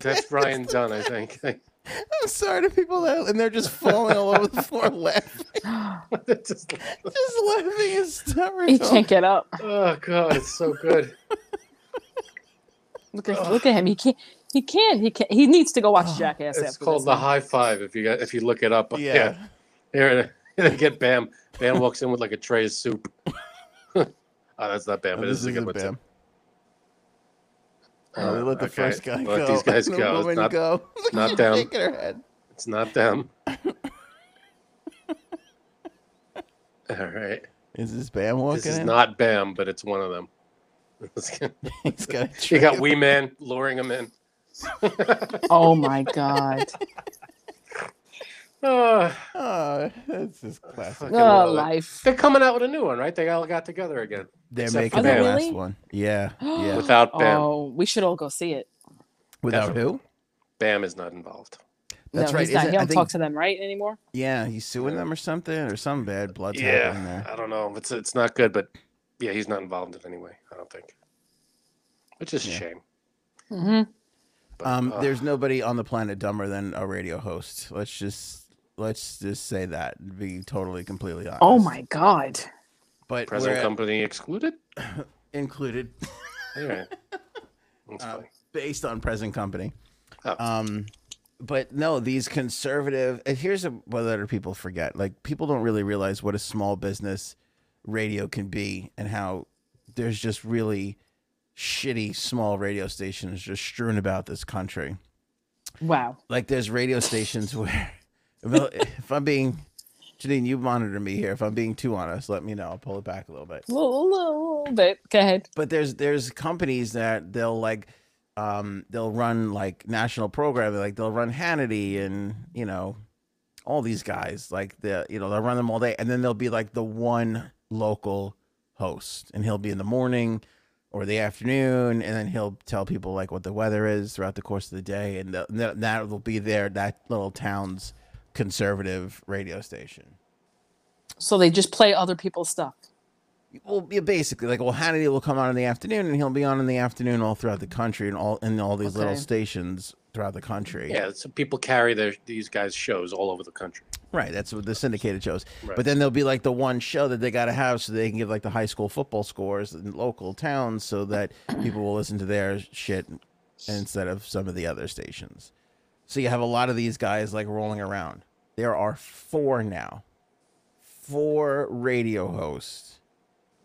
Speaker 2: That's Ryan Dunn, I think.
Speaker 1: I'm sorry to people that and they're just falling all over the floor laughing,
Speaker 2: It's just-
Speaker 1: just laughing
Speaker 3: He
Speaker 1: hysterical.
Speaker 3: can't get up.
Speaker 2: oh god, it's so good.
Speaker 3: Look at look at him. He can't. He can't. He can't. He needs to go watch Jackass.
Speaker 2: Oh, It's
Speaker 3: after
Speaker 2: called
Speaker 3: this
Speaker 2: the
Speaker 3: one.
Speaker 2: high five. If you got, if you look it up,
Speaker 1: Oh, Yeah.
Speaker 2: yeah. Here they get Bam. Bam walks in with like a tray of soup. oh, that's not Bam,
Speaker 1: Oh,
Speaker 2: but this is a good one
Speaker 1: bam.
Speaker 2: too.
Speaker 1: Oh, they let the
Speaker 2: okay.
Speaker 1: first guy
Speaker 2: Let
Speaker 1: go.
Speaker 2: these guys
Speaker 1: and the
Speaker 2: go. It's
Speaker 1: woman
Speaker 2: not-
Speaker 1: go. Look
Speaker 2: not
Speaker 1: at her
Speaker 2: them.
Speaker 1: shaking her head.
Speaker 2: It's not them. All right.
Speaker 1: Is this Bam walking
Speaker 2: This is
Speaker 1: in?
Speaker 2: not Bam, but it's one of them.
Speaker 1: He's got a
Speaker 2: you got
Speaker 1: tray.
Speaker 2: Wee Man luring him in.
Speaker 3: Oh my god.
Speaker 2: Oh,
Speaker 1: Oh, that's just classic.
Speaker 2: Fucking love
Speaker 3: oh,
Speaker 2: it.
Speaker 3: life.
Speaker 2: they're coming out with a new one, right? They all got together again
Speaker 1: They're
Speaker 2: Except
Speaker 1: making
Speaker 2: for
Speaker 1: the
Speaker 2: Bam.
Speaker 1: last
Speaker 3: Really?
Speaker 1: one. Yeah. Yeah.
Speaker 2: without Bam.
Speaker 3: Oh, we should all go see it.
Speaker 1: Without
Speaker 2: definitely.
Speaker 1: who?
Speaker 2: Bam is not involved.
Speaker 1: That's
Speaker 3: no,
Speaker 1: right.
Speaker 3: He's not.
Speaker 1: Isn't-
Speaker 3: He
Speaker 1: I
Speaker 3: don't
Speaker 1: think-
Speaker 3: talk to them right anymore.
Speaker 1: Yeah, he's suing them or something or some bad blood's happening
Speaker 2: yeah,
Speaker 1: there.
Speaker 2: I don't know. It's it's not good, but yeah, he's not involved in it anyway. I don't think, which is
Speaker 1: Yeah.
Speaker 2: a shame.
Speaker 3: Mm-hmm.
Speaker 2: But,
Speaker 1: Um,
Speaker 2: uh,
Speaker 1: there's nobody on the planet dumber than a radio host. Let's just let's just say that. and Be totally completely honest.
Speaker 3: Oh my god.
Speaker 1: But
Speaker 2: present
Speaker 1: we're at-
Speaker 2: company excluded.
Speaker 1: included
Speaker 2: All right, that's
Speaker 1: Uh,
Speaker 2: funny.
Speaker 1: based on present company.
Speaker 2: Oh.
Speaker 1: Um, but no, these conservative. And here's a, what other people forget: like people don't really realize what a small business radio can be, and how there's just really shitty small radio stations just strewn about this country.
Speaker 3: Wow.
Speaker 1: Like there's radio stations where, well, if I'm being, Janine, you monitor me here. If I'm being too honest, let me know. I'll pull it back a little bit.
Speaker 3: A little, little, little bit. Go ahead.
Speaker 1: but there's there's companies that they'll like um they'll run like national programming like they'll run hannity and you know all these guys like the you know they'll run them all day and then there'll be like the one local host and he'll be in the morning or the afternoon and then he'll tell people like what the weather is throughout the course of the day and th- th- that will be their that little town's conservative radio station
Speaker 3: So they just play other people's stuff.
Speaker 1: well, yeah, basically, like, well, Hannity will come on in the afternoon, and he'll be on in the afternoon all throughout the country, and all in all these little
Speaker 3: Okay.
Speaker 1: stations throughout the country.
Speaker 2: Yeah, so people carry their these guys' shows all over the country.
Speaker 1: right. That's what the syndicated shows.
Speaker 2: Right.
Speaker 1: But then there'll be like the one show that they got to have so they can give like the high school football scores in local towns, so that people will listen to their shit instead of some of the other stations. So you have a lot of these guys like rolling around. There are four now, four radio hosts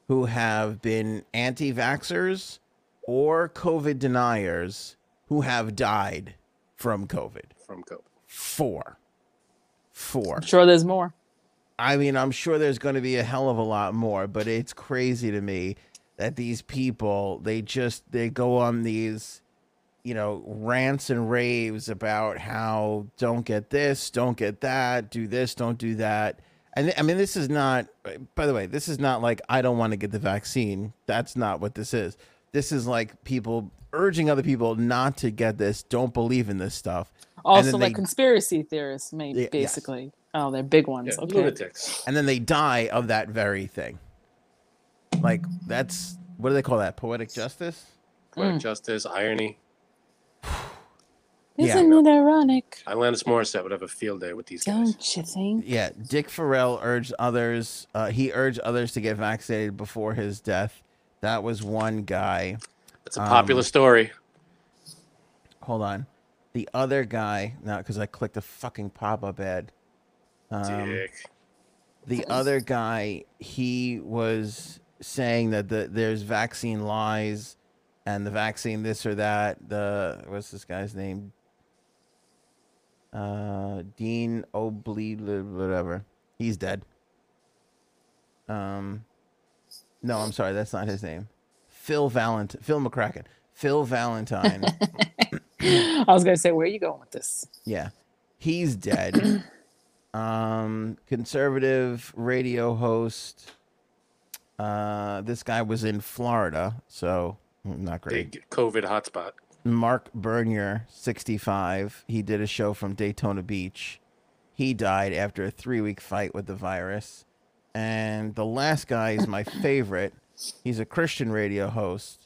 Speaker 1: who have been anti vaxxers or COVID deniers who have died from COVID.
Speaker 2: from COVID.
Speaker 1: Four. Four.
Speaker 3: I'm sure there's more.
Speaker 1: I mean, I'm sure there's going to be a hell of a lot more, but it's crazy to me that these people, they just, they go on these you know, rants and raves about how don't get this, don't get that, do this, don't do that. And th- I mean, this is not, by the way, this is not like I don't want to get the vaccine. That's not what this is. This is like people urging other people not to get this, don't believe in this stuff.
Speaker 3: Also,
Speaker 1: they-
Speaker 3: like conspiracy theorists, maybe
Speaker 1: Yeah, yes.
Speaker 3: basically. Oh, they're big
Speaker 2: Yeah,
Speaker 3: ones. okay.
Speaker 2: Lunatics.
Speaker 1: And then they die of that very thing. Like, that's what do they call that? Poetic justice?
Speaker 3: Mm.
Speaker 2: Poetic justice, irony.
Speaker 1: Yeah.
Speaker 3: Isn't it ironic?
Speaker 2: Alanis Morissette would have a field day with these guys.
Speaker 3: Don't you think?
Speaker 1: Yeah, Dick Farrell urged others. Uh, he urged others to get vaccinated before his death. That was one guy.
Speaker 2: It's a
Speaker 1: Um,
Speaker 2: popular story.
Speaker 1: Hold on, the other guy. Now, because I clicked the fucking pop-up ad. um,
Speaker 2: Dick.
Speaker 1: The other guy, he was saying that the, there's vaccine lies, and the vaccine this or that. The what's this guy's name? Uh, Dean Oblee, whatever. He's dead. Um, no, I'm sorry, that's not his name. Phil Valent, Phil McCracken, Phil Valentine.
Speaker 3: I was gonna say, where are you going with this?
Speaker 1: Yeah. He's dead. um conservative radio host. Uh this guy was in Florida, so mm, not great.
Speaker 2: Big COVID hotspot.
Speaker 1: Mark Bernier, 65. He did a show from Daytona Beach. He died after a 3-week fight with the virus. And the last guy is my favorite. He's a Christian radio host.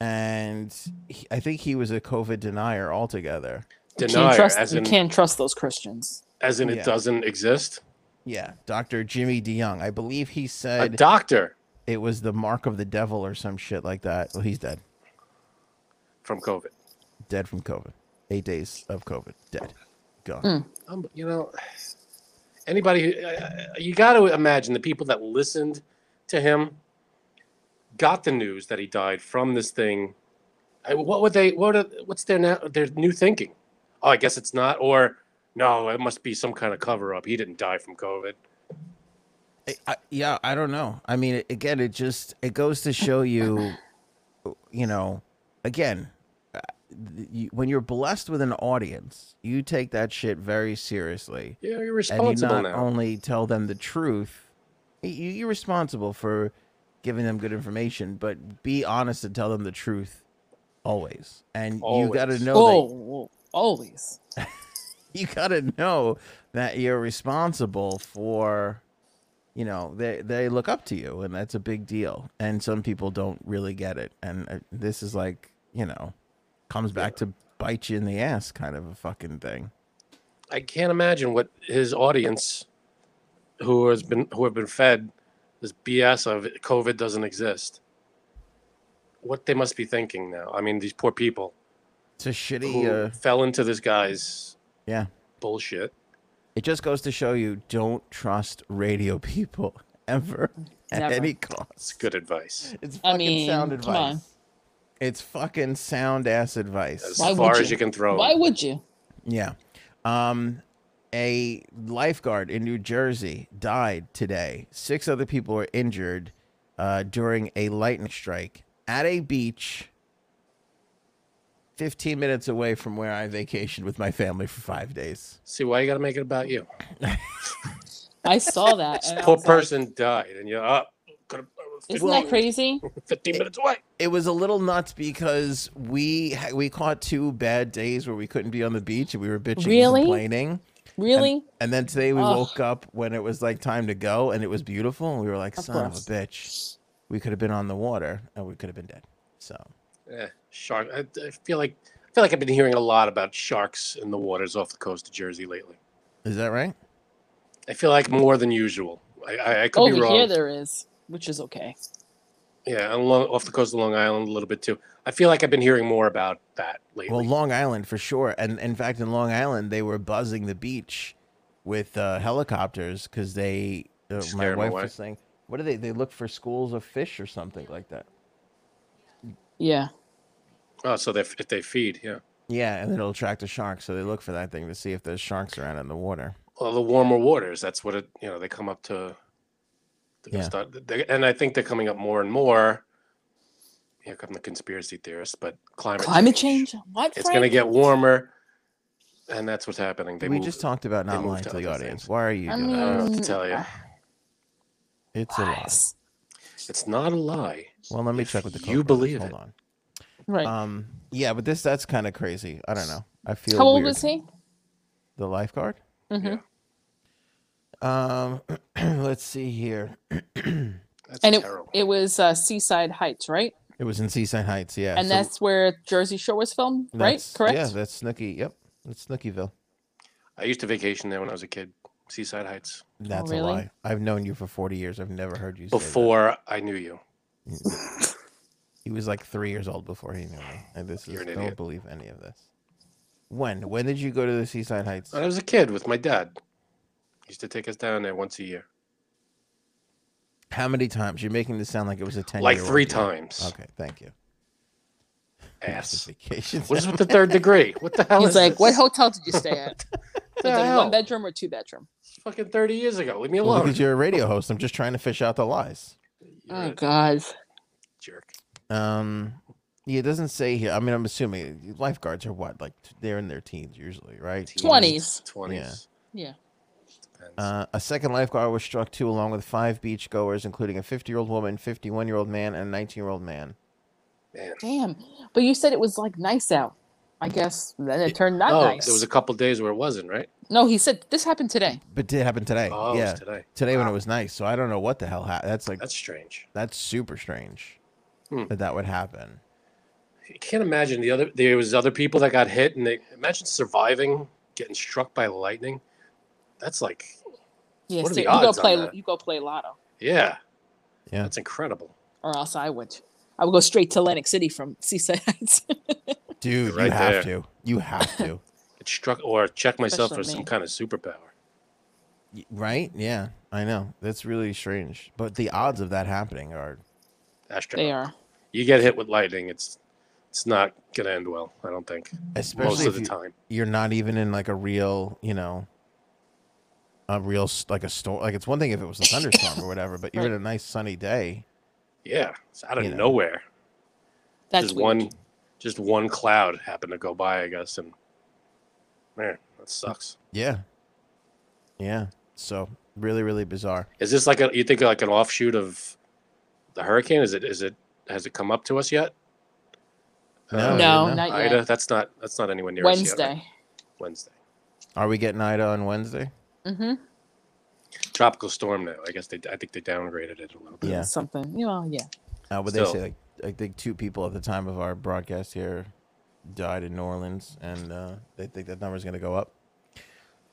Speaker 1: And he, I think he was a COVID denier altogether.
Speaker 2: Denier,
Speaker 3: Can't trust,
Speaker 2: as
Speaker 3: you
Speaker 2: in,
Speaker 3: can't trust those Christians.
Speaker 2: as in it
Speaker 1: Yeah.
Speaker 2: doesn't exist.
Speaker 1: Yeah, Dr. Jimmy DeYoung. I believe he
Speaker 2: A
Speaker 1: said
Speaker 2: doctor
Speaker 1: it was the mark of the devil or some shit like that. Well, he's dead.
Speaker 2: from COVID.
Speaker 1: Dead from COVID. Eight days of COVID. Dead. Gone.
Speaker 2: Um, you know, anybody, who, uh, you got to imagine the people that listened to him got the news that he died from this thing. I- What would they? What? Are, what's their now? Their new thinking? Oh, I guess it's not. Or no, it must be some kind of cover up. He didn't die from COVID.
Speaker 1: I- I, yeah, I don't know. I mean, again, it just it goes to show you, you know, again, uh, th- you, when you're blessed with an audience, you take that shit very seriously.
Speaker 2: Yeah, you're
Speaker 1: and you
Speaker 2: responsible
Speaker 1: not
Speaker 2: now.
Speaker 1: only tell them the truth, y- you, you're responsible for giving them good information, but be honest and tell them the truth always. And you got to
Speaker 2: Always.
Speaker 1: know
Speaker 3: oh, well, always.
Speaker 1: that, you got to know that you're responsible for, you know, they they look up to you, and that's a big deal. And some people don't really get it, and uh, this is like you know, comes back to bite you in the ass, kind of a fucking thing.
Speaker 2: I can't imagine what his audience, who has been who have been fed this BS of COVID doesn't exist, what they must be thinking now. I mean, these poor people
Speaker 1: It's a shitty.
Speaker 2: who
Speaker 1: uh,
Speaker 2: fell into this guy's
Speaker 1: yeah.
Speaker 2: bullshit.
Speaker 1: It just goes to show you don't trust radio people ever at
Speaker 3: Never.
Speaker 1: any
Speaker 2: It's
Speaker 1: cost.
Speaker 2: good advice.
Speaker 1: It's
Speaker 3: I
Speaker 1: fucking sound
Speaker 3: mean, come on.
Speaker 1: advice. It's fucking sound ass advice.
Speaker 2: As
Speaker 3: Why would
Speaker 2: far as
Speaker 3: you?
Speaker 2: you can throw.
Speaker 3: Why
Speaker 2: it.
Speaker 3: would you?
Speaker 1: Yeah. Um a lifeguard in New Jersey died today. Six other people were injured uh, during a lightning strike at a beach 15 minutes away from where I vacationed with my family for 5 days.
Speaker 2: See why you got to make it about you.
Speaker 3: I saw that. and I
Speaker 2: Poor
Speaker 3: was like,
Speaker 2: person died, and you're up. Could have
Speaker 3: Isn't that crazy?
Speaker 2: fifteen minutes away.
Speaker 1: it was a little nuts because we ha- we caught two bad days where we couldn't be on the beach and we were bitching
Speaker 3: Really?
Speaker 1: and complaining. And-
Speaker 3: Really?
Speaker 1: And then today we
Speaker 3: Ugh.
Speaker 1: woke up when it was like time to go and it was beautiful and we were like,
Speaker 3: Of
Speaker 1: son
Speaker 3: course.
Speaker 1: of a bitch, we could have been on the water and we could have been dead. So
Speaker 2: Eh, shark. I, I feel like I feel like I've been hearing a lot about sharks in the waters off the coast of Jersey lately.
Speaker 1: is that right?
Speaker 2: I feel like more than usual. I, I, I could be
Speaker 3: Over
Speaker 2: wrong.
Speaker 3: here there is, which is okay.
Speaker 2: yeah, and along, off the coast of Long Island a little bit too. I feel like I've been hearing more about that lately.
Speaker 1: Well, Long Island for sure. And in fact, in Long Island, they were buzzing the beach with uh, helicopters because they, uh, my
Speaker 2: Scare 'em
Speaker 1: wife
Speaker 2: away.
Speaker 1: was saying, what do they? They look for schools of fish or something like that.
Speaker 3: Yeah.
Speaker 2: oh, so they, if they feed, yeah.
Speaker 1: Yeah, and it'll attract a shark, so they look for that thing to see if there's sharks around in the water.
Speaker 2: Well, the warmer waters. That's what it. You know, they come up to. they're
Speaker 1: Yeah.
Speaker 2: gonna Start, they, and I think they're coming up more and more. here come the conspiracy theorists, but climate
Speaker 3: Climate change? What?
Speaker 2: It's going to
Speaker 3: Frank?
Speaker 2: get warmer, and that's what's happening. They
Speaker 1: we
Speaker 2: moved-
Speaker 1: just talked about
Speaker 2: they
Speaker 1: not
Speaker 2: moved
Speaker 1: lying
Speaker 2: to
Speaker 1: to the
Speaker 2: other
Speaker 1: audience.
Speaker 2: things.
Speaker 1: Why are you
Speaker 3: I
Speaker 1: doing
Speaker 2: I
Speaker 1: that?
Speaker 2: don't know what to
Speaker 3: Mm,
Speaker 2: tell you.
Speaker 3: uh,
Speaker 1: It's a lie.
Speaker 3: Lies.
Speaker 2: It's not a lie.
Speaker 1: Well, let me
Speaker 2: If
Speaker 1: check with the
Speaker 2: you
Speaker 1: Koch brothers.
Speaker 2: believe
Speaker 1: Hold
Speaker 2: it.
Speaker 1: on.
Speaker 3: Right.
Speaker 1: Um, yeah, but this that's kind of crazy. I don't know. I feel
Speaker 3: How old
Speaker 1: weird.
Speaker 3: was he?
Speaker 1: The lifeguard.
Speaker 3: hmm
Speaker 2: Yeah.
Speaker 1: Um, let's see here.
Speaker 2: That's
Speaker 3: And it,
Speaker 2: terrible.
Speaker 3: it was uh, Seaside Heights, right?
Speaker 1: It was in Seaside Heights. Yeah,
Speaker 3: and
Speaker 1: so
Speaker 3: that's where Jersey Shore was filmed, right?
Speaker 1: that's-
Speaker 3: Correct.
Speaker 1: Yeah, that's Snooki. Yep, that's Snookyville.
Speaker 2: I used to vacation there when I was a kid, Seaside Heights,
Speaker 1: That's a
Speaker 3: really?
Speaker 1: lie. I've known you for forty years. I've never heard you say that.
Speaker 2: before I knew you.
Speaker 1: He was like three years old before he knew me. And this
Speaker 2: You're
Speaker 1: is
Speaker 2: an
Speaker 1: don't
Speaker 2: idiot.
Speaker 1: believe any of this. When? When did you go to the Seaside Heights?
Speaker 2: When I was a kid with my dad. He used to take us down there once a year,
Speaker 1: How many times? You're making this sound like it was a ten.
Speaker 2: like
Speaker 1: year
Speaker 2: three
Speaker 1: ordeal.
Speaker 2: times.
Speaker 1: Okay, thank you.
Speaker 2: Ass.
Speaker 1: Vacations.
Speaker 2: What is with the third degree? What the hell
Speaker 3: He's
Speaker 2: is
Speaker 3: like,
Speaker 2: this?
Speaker 3: what hotel did you stay at?
Speaker 2: What
Speaker 3: Was
Speaker 2: the
Speaker 3: it
Speaker 2: hell?
Speaker 3: one bedroom or two bedroom?
Speaker 2: Fucking 30 years ago. Leave me
Speaker 1: Well,
Speaker 2: alone.
Speaker 1: because you're a radio host, I'm just trying to fish out the lies.
Speaker 2: You're
Speaker 3: Oh
Speaker 2: a
Speaker 3: God.
Speaker 2: jerk.
Speaker 1: Um, yeah, it doesn't say here. I mean, I'm assuming lifeguards are what, like t- they're in their teens usually, right?
Speaker 3: Twenties.
Speaker 2: 20s.
Speaker 3: Yeah.
Speaker 2: Depends.
Speaker 1: Uh, a second lifeguard was struck too, along with five beachgoers, including a 50 year old woman, 51 year old man, and a 19 year old man.
Speaker 2: Man.
Speaker 3: Damn. But you said it was like nice out. I guess then it turned not
Speaker 2: Oh,
Speaker 3: nice.
Speaker 2: there was a couple days where it wasn't, right?
Speaker 3: No, he said this happened today.
Speaker 1: But it did happen today.
Speaker 2: Oh, it
Speaker 1: yeah,
Speaker 2: was today.
Speaker 1: today when
Speaker 2: Wow.
Speaker 1: it was nice. So I don't know what the hell happened. That's like
Speaker 2: That's strange.
Speaker 1: that's super strange
Speaker 2: Hmm.
Speaker 1: that that would happen.
Speaker 2: You can't imagine the other. There was other people that got hit, and they imagine surviving getting struck by lightning. That's like,
Speaker 3: Yeah,
Speaker 2: What are
Speaker 3: so
Speaker 2: the
Speaker 3: you go
Speaker 2: odds on
Speaker 3: play
Speaker 2: that?
Speaker 3: you go play lotto.
Speaker 2: yeah,
Speaker 1: Yeah.
Speaker 2: that's incredible.
Speaker 3: Or else I would. I would go straight to Atlantic City from Seaside Heights.
Speaker 1: Dude,
Speaker 2: right
Speaker 1: you have
Speaker 2: there.
Speaker 1: to. You have to.
Speaker 2: It struck or check myself
Speaker 3: Especially
Speaker 2: for some
Speaker 3: me.
Speaker 2: kind of superpower.
Speaker 1: Y- right? Yeah, I know. That's really strange. But the odds of that happening are
Speaker 2: Astronaut.
Speaker 3: they are.
Speaker 2: You get hit with lightning, it's it's not gonna end well. I don't think
Speaker 1: especially
Speaker 2: most
Speaker 1: if
Speaker 2: of the
Speaker 1: you,
Speaker 2: time.
Speaker 1: you're not even in like a real, you know, a real s- like a storm. Like it's one thing if it was a thunderstorm or whatever, but you're in a nice sunny day.
Speaker 2: Yeah, it's out of
Speaker 1: You know.
Speaker 2: nowhere.
Speaker 3: That's
Speaker 2: just
Speaker 3: weird.
Speaker 2: one, just one cloud happened to go by, I guess, and man, that sucks.
Speaker 1: Yeah. Yeah. So really, really bizarre.
Speaker 2: Is this like a you think like an offshoot of the hurricane? Is it is it has it come up to us yet?
Speaker 1: No,
Speaker 2: Uh,
Speaker 1: I
Speaker 3: no,
Speaker 1: didn't know.
Speaker 3: not yet.
Speaker 2: Ida, that's not that's not anywhere near us yet. right?
Speaker 3: Wednesday.
Speaker 2: Wednesday.
Speaker 1: Are we getting Ida on Wednesday?
Speaker 3: Mm-hmm.
Speaker 2: Tropical storm now. I guess they I think they downgraded it a little bit.
Speaker 1: Yeah.
Speaker 3: Something. You know, yeah.
Speaker 1: Uh, what
Speaker 2: Still.
Speaker 1: they say, like, I think two people at the time of our broadcast here died in New Orleans, and uh, they think that number's going to go up.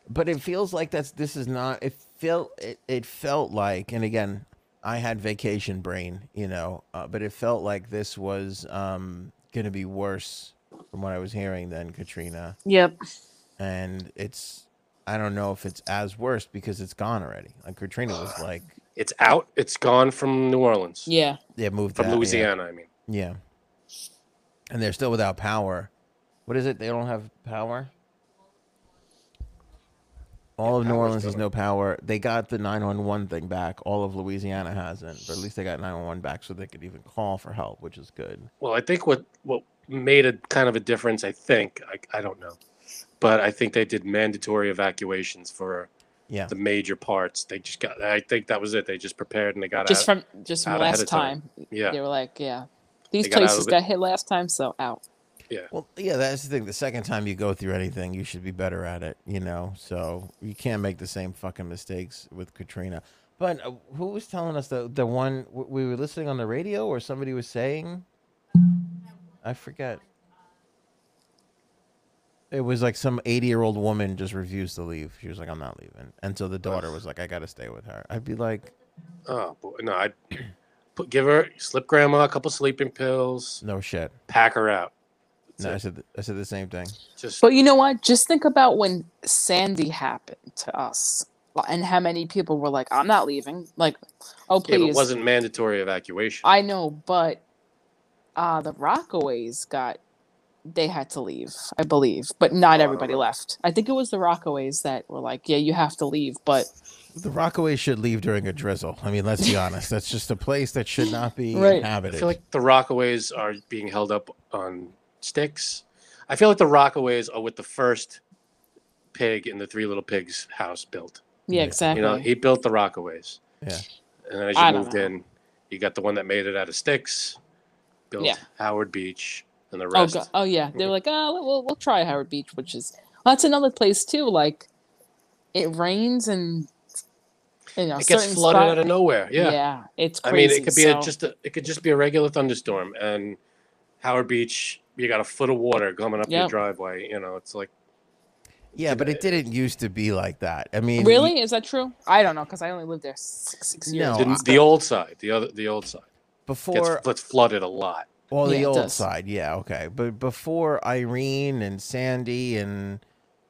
Speaker 1: But it feels like that's this is not. It felt it, it felt like, and again, I had vacation brain, you know, uh, but it felt like this was um, going to be worse from what I was hearing than Katrina,
Speaker 3: Yep.
Speaker 1: and it's. I don't know if it's as worse because it's gone already. Like Katrina was like,
Speaker 2: It's out. It's gone from New Orleans.
Speaker 3: Yeah.
Speaker 1: yeah, moved
Speaker 2: From
Speaker 1: out, yeah.
Speaker 2: Louisiana, I mean.
Speaker 1: Yeah. And they're still without power. What is it? They don't have power? All of New
Speaker 2: power's
Speaker 1: Orleans has
Speaker 2: going.
Speaker 1: no power. They got the 911 thing back. All of Louisiana hasn't, but at least they got 911 back so they could even call for help, which is good.
Speaker 2: Well, I think what what made a kind of a difference, I think, I, I don't know. But I think they did mandatory evacuations for
Speaker 1: Yeah.
Speaker 2: the major parts. They just got I think that was it. They just prepared and they got
Speaker 3: Just
Speaker 2: out.
Speaker 3: from just from
Speaker 2: out ahead
Speaker 3: last
Speaker 2: of time.
Speaker 3: time.
Speaker 2: yeah.
Speaker 3: They were like, yeah. These
Speaker 2: They got out of
Speaker 3: places
Speaker 2: it.
Speaker 3: got hit last time, so out.
Speaker 1: Well, yeah, that's the thing. The second time you go through anything, you should be better at it, you know? So you can't make the same fucking mistakes with Katrina. But uh, who was telling us the, the one w- we were listening on the radio or somebody was saying? I forget. It was like some 80 year old woman just refused to leave. She was like, I'm not leaving. And so the daughter was like, I got to stay with her. I'd be like,
Speaker 2: Oh boy. No, I put give her slip grandma a couple sleeping pills,
Speaker 1: no shit.
Speaker 2: pack her out. That's
Speaker 1: No, I
Speaker 2: it.
Speaker 1: said, th- I said the same thing.
Speaker 2: just
Speaker 3: But you know what? Just think about when Sandy happened to us and how many people were like, I'm not leaving. Like, oh,
Speaker 2: yeah, but
Speaker 3: please.
Speaker 2: it wasn't mandatory evacuation.
Speaker 3: I know, but uh, the Rockaways got they had to leave, I believe, but
Speaker 2: Oh,
Speaker 3: not everybody left. I think it was the Rockaways that were like, "Yeah, you have to leave," but
Speaker 1: The Rockaways should leave during a drizzle. I mean, let's be honest. That's just a place that should not be
Speaker 3: Right.
Speaker 2: I
Speaker 1: inhabited.
Speaker 2: feel like the Rockaways are being held up on sticks. I feel like the Rockaways are with the first pig in the Three Little Pigs house built.
Speaker 3: yeah,
Speaker 1: Yeah.
Speaker 3: exactly.
Speaker 2: You know, he built the Rockaways.
Speaker 1: Yeah.
Speaker 2: And then as
Speaker 3: I
Speaker 2: you
Speaker 3: don't
Speaker 2: moved
Speaker 3: know.
Speaker 2: in, you got the one that made it out of sticks, built
Speaker 3: Yeah.
Speaker 2: Howard Beach, and the
Speaker 3: oh,
Speaker 2: rest. Mm-hmm.
Speaker 3: go- oh yeah, they were like, "Oh, we'll- we'll we'll try Howard Beach," which is that's another place too. Like, it rains and you know,
Speaker 2: it gets
Speaker 3: certain
Speaker 2: flooded
Speaker 3: spot-
Speaker 2: out of nowhere. Yeah.
Speaker 3: yeah, it's
Speaker 2: I
Speaker 3: crazy.
Speaker 2: mean, it could be
Speaker 3: so-
Speaker 2: a, just a, it could just be a regular thunderstorm, and Howard Beach, you got a foot of water coming up your
Speaker 3: Yep.
Speaker 2: driveway. You know, it's like
Speaker 1: yeah, but it didn't used to be like that. I mean,
Speaker 3: really is that true? I don't know because I only lived there six, six years.
Speaker 1: No,
Speaker 2: the,
Speaker 1: Oh, I-
Speaker 2: the old side, the other, the old side gets,
Speaker 1: before
Speaker 2: gets flooded a lot.
Speaker 1: Well,
Speaker 3: Yeah,
Speaker 1: the
Speaker 3: it
Speaker 1: old
Speaker 3: does.
Speaker 1: side, yeah, okay. But before Irene and Sandy and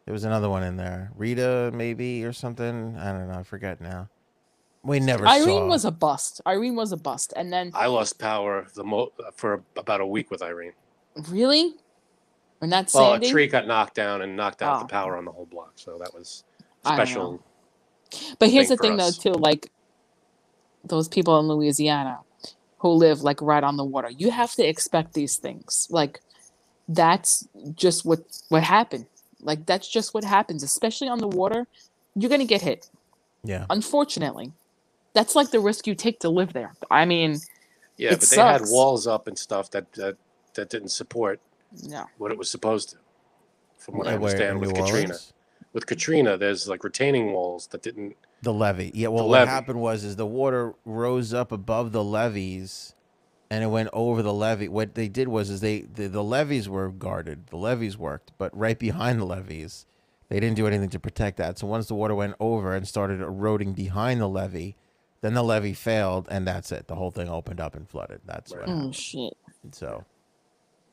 Speaker 1: there was another one in there, Rita maybe or something. I don't know. I forget now. We never saw.
Speaker 3: Irene was a bust. Irene was a bust, and then
Speaker 2: I lost power the mo- for about a week with Irene.
Speaker 3: really, and that's
Speaker 2: Well,
Speaker 3: Sandy.
Speaker 2: a tree got knocked down and knocked out
Speaker 3: Oh.
Speaker 2: the power on the whole block, so that was
Speaker 3: I don't know.
Speaker 2: special.
Speaker 3: But here's
Speaker 2: thing
Speaker 3: the
Speaker 2: for
Speaker 3: thing,
Speaker 2: us.
Speaker 3: though, too. Like those people in Louisiana who live like right on the water, you have to expect these things. Like that's just what what happened. Like that's just what happens, especially on the water. You're gonna get hit.
Speaker 1: yeah.
Speaker 3: Unfortunately, that's like the risk you take to live there. I mean,
Speaker 2: Yeah,
Speaker 3: It
Speaker 2: but they had
Speaker 3: sucks.
Speaker 2: walls up and stuff that that, that didn't support
Speaker 3: no.
Speaker 2: what it was supposed to. From what I
Speaker 1: Yeah, where
Speaker 2: understand
Speaker 1: in
Speaker 2: with
Speaker 1: New
Speaker 2: Katrina,
Speaker 1: Orleans?
Speaker 2: with Katrina, there's like retaining walls that didn't.
Speaker 1: The levee. Yeah, well,
Speaker 2: The
Speaker 1: what
Speaker 2: levee.
Speaker 1: happened was is the water rose up above the levees and it went over the levee. What they did was is they the, the levees were guarded. The levees worked, but right behind the levees, they didn't do anything to protect that. So once the water went over and started eroding behind the levee, then the levee failed and that's it. The whole thing opened up and flooded. That's what
Speaker 2: Right. Mm.
Speaker 1: happened.
Speaker 3: Oh shit.
Speaker 1: So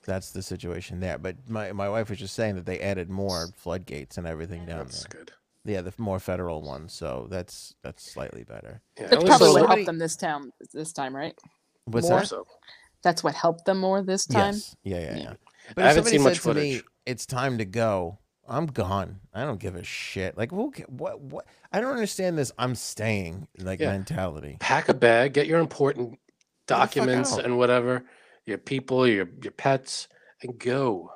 Speaker 1: that's the situation there. But my, my wife was just saying that they added more floodgates and everything down
Speaker 2: That's
Speaker 1: there.
Speaker 2: good.
Speaker 1: Yeah, the more federal one. So that's that's slightly better.
Speaker 2: Yeah, at
Speaker 3: That's
Speaker 2: least
Speaker 3: probably
Speaker 2: the-
Speaker 3: what
Speaker 1: somebody-
Speaker 3: helped them this town this time, right?
Speaker 1: What's
Speaker 3: More?
Speaker 2: Hope
Speaker 1: that?
Speaker 2: so.
Speaker 3: That's what helped them more this time.
Speaker 1: Yes. Yeah, yeah,
Speaker 3: Yeah.
Speaker 1: yeah.
Speaker 2: I haven't
Speaker 1: somebody
Speaker 2: seen much
Speaker 1: said to me,
Speaker 2: footage.
Speaker 1: it's time to go. I'm gone. I don't give a shit. Like, who? ca- What? What? I don't understand this. I'm staying. Like
Speaker 2: Yeah.
Speaker 1: mentality.
Speaker 2: Pack a bag, get your important
Speaker 1: the fuck
Speaker 2: documents
Speaker 1: out.
Speaker 2: and whatever, your people, your your pets, and go.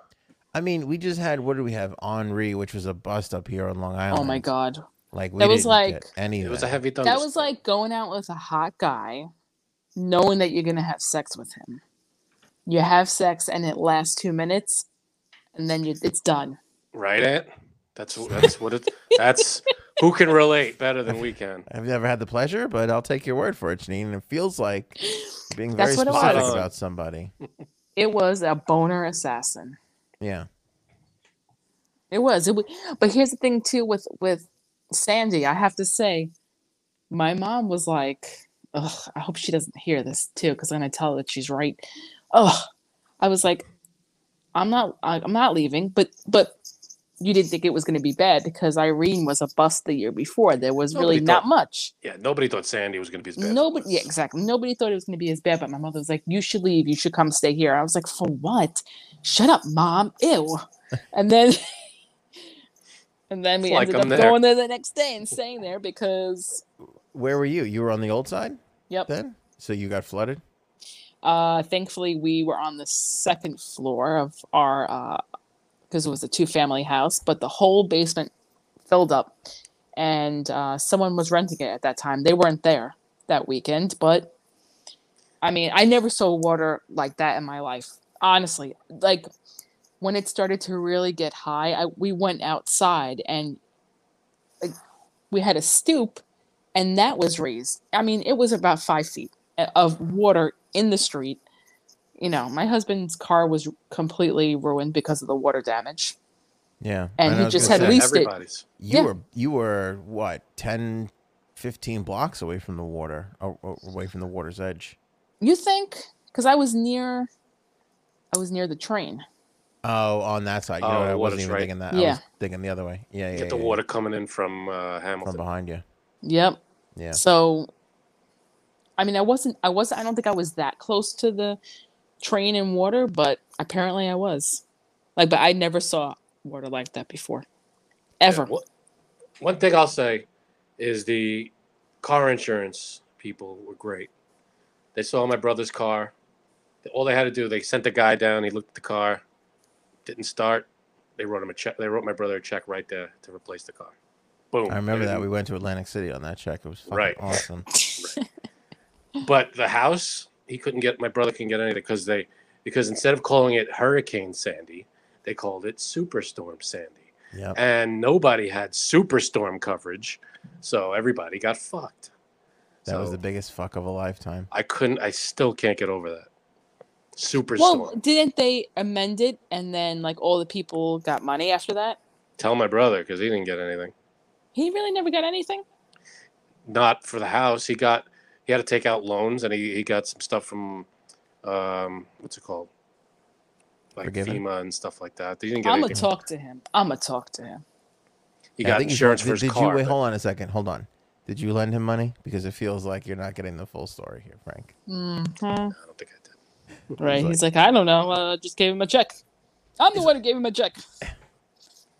Speaker 1: I mean, we just had what do we have? Henri, which was a bust up here on Long Island.
Speaker 3: Oh my god.
Speaker 1: Like we
Speaker 3: That was
Speaker 1: didn't
Speaker 3: like-
Speaker 1: get anything.
Speaker 2: It was a heavy thunder.
Speaker 3: that was like going out with a hot guy knowing that you're going to have sex with him you have sex and it lasts two minutes and then you, it's done
Speaker 2: right at. That's wh- that's what it. That's who can relate better than we can.
Speaker 1: I've never had the pleasure, but I'll take your word for it, Janine. And it feels like being very
Speaker 3: That's what it
Speaker 1: specific
Speaker 2: was.
Speaker 1: about somebody.
Speaker 3: it was a boner assassin
Speaker 1: Yeah.
Speaker 3: it was it was, but here's the thing too with with sandy i have to say my mom was like Ugh, i hope she doesn't hear this too because i'm going to tell her that she's right oh i was like i'm not I- i'm not leaving but but you didn't think it was going to be bad because irene was a bust the year before there was
Speaker 2: Nobody
Speaker 3: really not
Speaker 2: thought-
Speaker 3: much
Speaker 2: Yeah, nobody thought Sandy was going to be as bad. as it
Speaker 3: nobody
Speaker 2: was.
Speaker 3: yeah exactly nobody thought it was going to be as bad but my mother was like you should leave you should come stay here i was like for what shut up mom ew and then and then we
Speaker 2: Like
Speaker 3: ended
Speaker 2: I'm
Speaker 3: up
Speaker 2: there.
Speaker 3: going there the next day and staying there because
Speaker 1: Where were you? You were on the old side
Speaker 3: yep
Speaker 1: then, so you got flooded.
Speaker 3: uh thankfully we were on the second floor of our uh because it was a two family house but the whole basement filled up and uh someone was renting it at that time they weren't there that weekend but i mean i never saw water like that in my life honestly like when it started to really get high I, we went outside and like, we had a stoop and that was raised i mean it was about five feet of water in the street. You know, my husband's car was completely ruined because of the water damage.
Speaker 1: Yeah.
Speaker 3: And
Speaker 1: I
Speaker 3: he
Speaker 1: was
Speaker 3: just
Speaker 1: gonna
Speaker 3: had
Speaker 1: say,
Speaker 3: least- it-
Speaker 2: everybody's.
Speaker 1: You
Speaker 3: yeah.
Speaker 1: were you were what 10, 15 blocks away from the water, or, or away from the water's edge.
Speaker 3: You think? Because I was near, I was near the train.
Speaker 1: Oh, on that side. You know,
Speaker 2: Oh,
Speaker 1: what, I
Speaker 2: water's
Speaker 1: wasn't even
Speaker 2: right.
Speaker 1: thinking that. I
Speaker 3: Yeah.
Speaker 1: was thinking the other way. Yeah, yeah.
Speaker 2: You get the
Speaker 1: yeah,
Speaker 2: water coming in from uh,
Speaker 1: yeah. from
Speaker 2: Hamilton.
Speaker 1: behind you.
Speaker 3: Yep.
Speaker 1: Yeah.
Speaker 3: So, I mean, I wasn't, I wasn't, I don't think I was that close to the train and water, but apparently I was. Like, but I never saw water like that before, ever.
Speaker 2: Yeah, wh- One thing I'll say is the car insurance people were great. They saw my brother's car. All they had to do, they sent the guy down. He looked at the car, didn't start. They wrote him a check. They wrote my brother a check right there to replace the car. Boom.
Speaker 1: I remember
Speaker 2: They
Speaker 1: that.
Speaker 2: didn't-
Speaker 1: We went to Atlantic City on that check. It was fucking
Speaker 2: Right.
Speaker 1: awesome.
Speaker 2: But the house, he couldn't get. My brother couldn't get anything because they, because instead of calling it Hurricane Sandy, they called it Superstorm Sandy.
Speaker 1: Yep.
Speaker 2: and nobody had superstorm coverage, so everybody got fucked.
Speaker 1: That was
Speaker 2: So
Speaker 1: the biggest fuck of a lifetime.
Speaker 2: I couldn't. I still can't get over that superstorm.
Speaker 3: Well, didn't they amend it and then like all the people got money after that?
Speaker 2: Tell my brother because he didn't get anything.
Speaker 3: He really never got anything.
Speaker 2: Not for the house. He got. He had to take out loans, and he, he got some stuff from, um, what's it called? Like
Speaker 1: Forgiven?
Speaker 2: FEMA and stuff like that. He didn't get
Speaker 3: I'm gonna
Speaker 2: anything.
Speaker 3: talk to him. I'm gonna talk to him.
Speaker 2: He
Speaker 1: Yeah, I
Speaker 2: got
Speaker 1: think you-
Speaker 2: insurance for
Speaker 1: did-
Speaker 2: his
Speaker 1: did
Speaker 2: car.
Speaker 1: You, wait,
Speaker 2: but-
Speaker 1: hold on a second. Hold on. Did you lend him money? Because it feels like you're not getting the full story here, Frank.
Speaker 3: Mhm.
Speaker 2: I don't think I did.
Speaker 3: Right?
Speaker 1: like-
Speaker 3: He's like, I don't know. uh, I just gave him a check. I'm the one who gave him a check.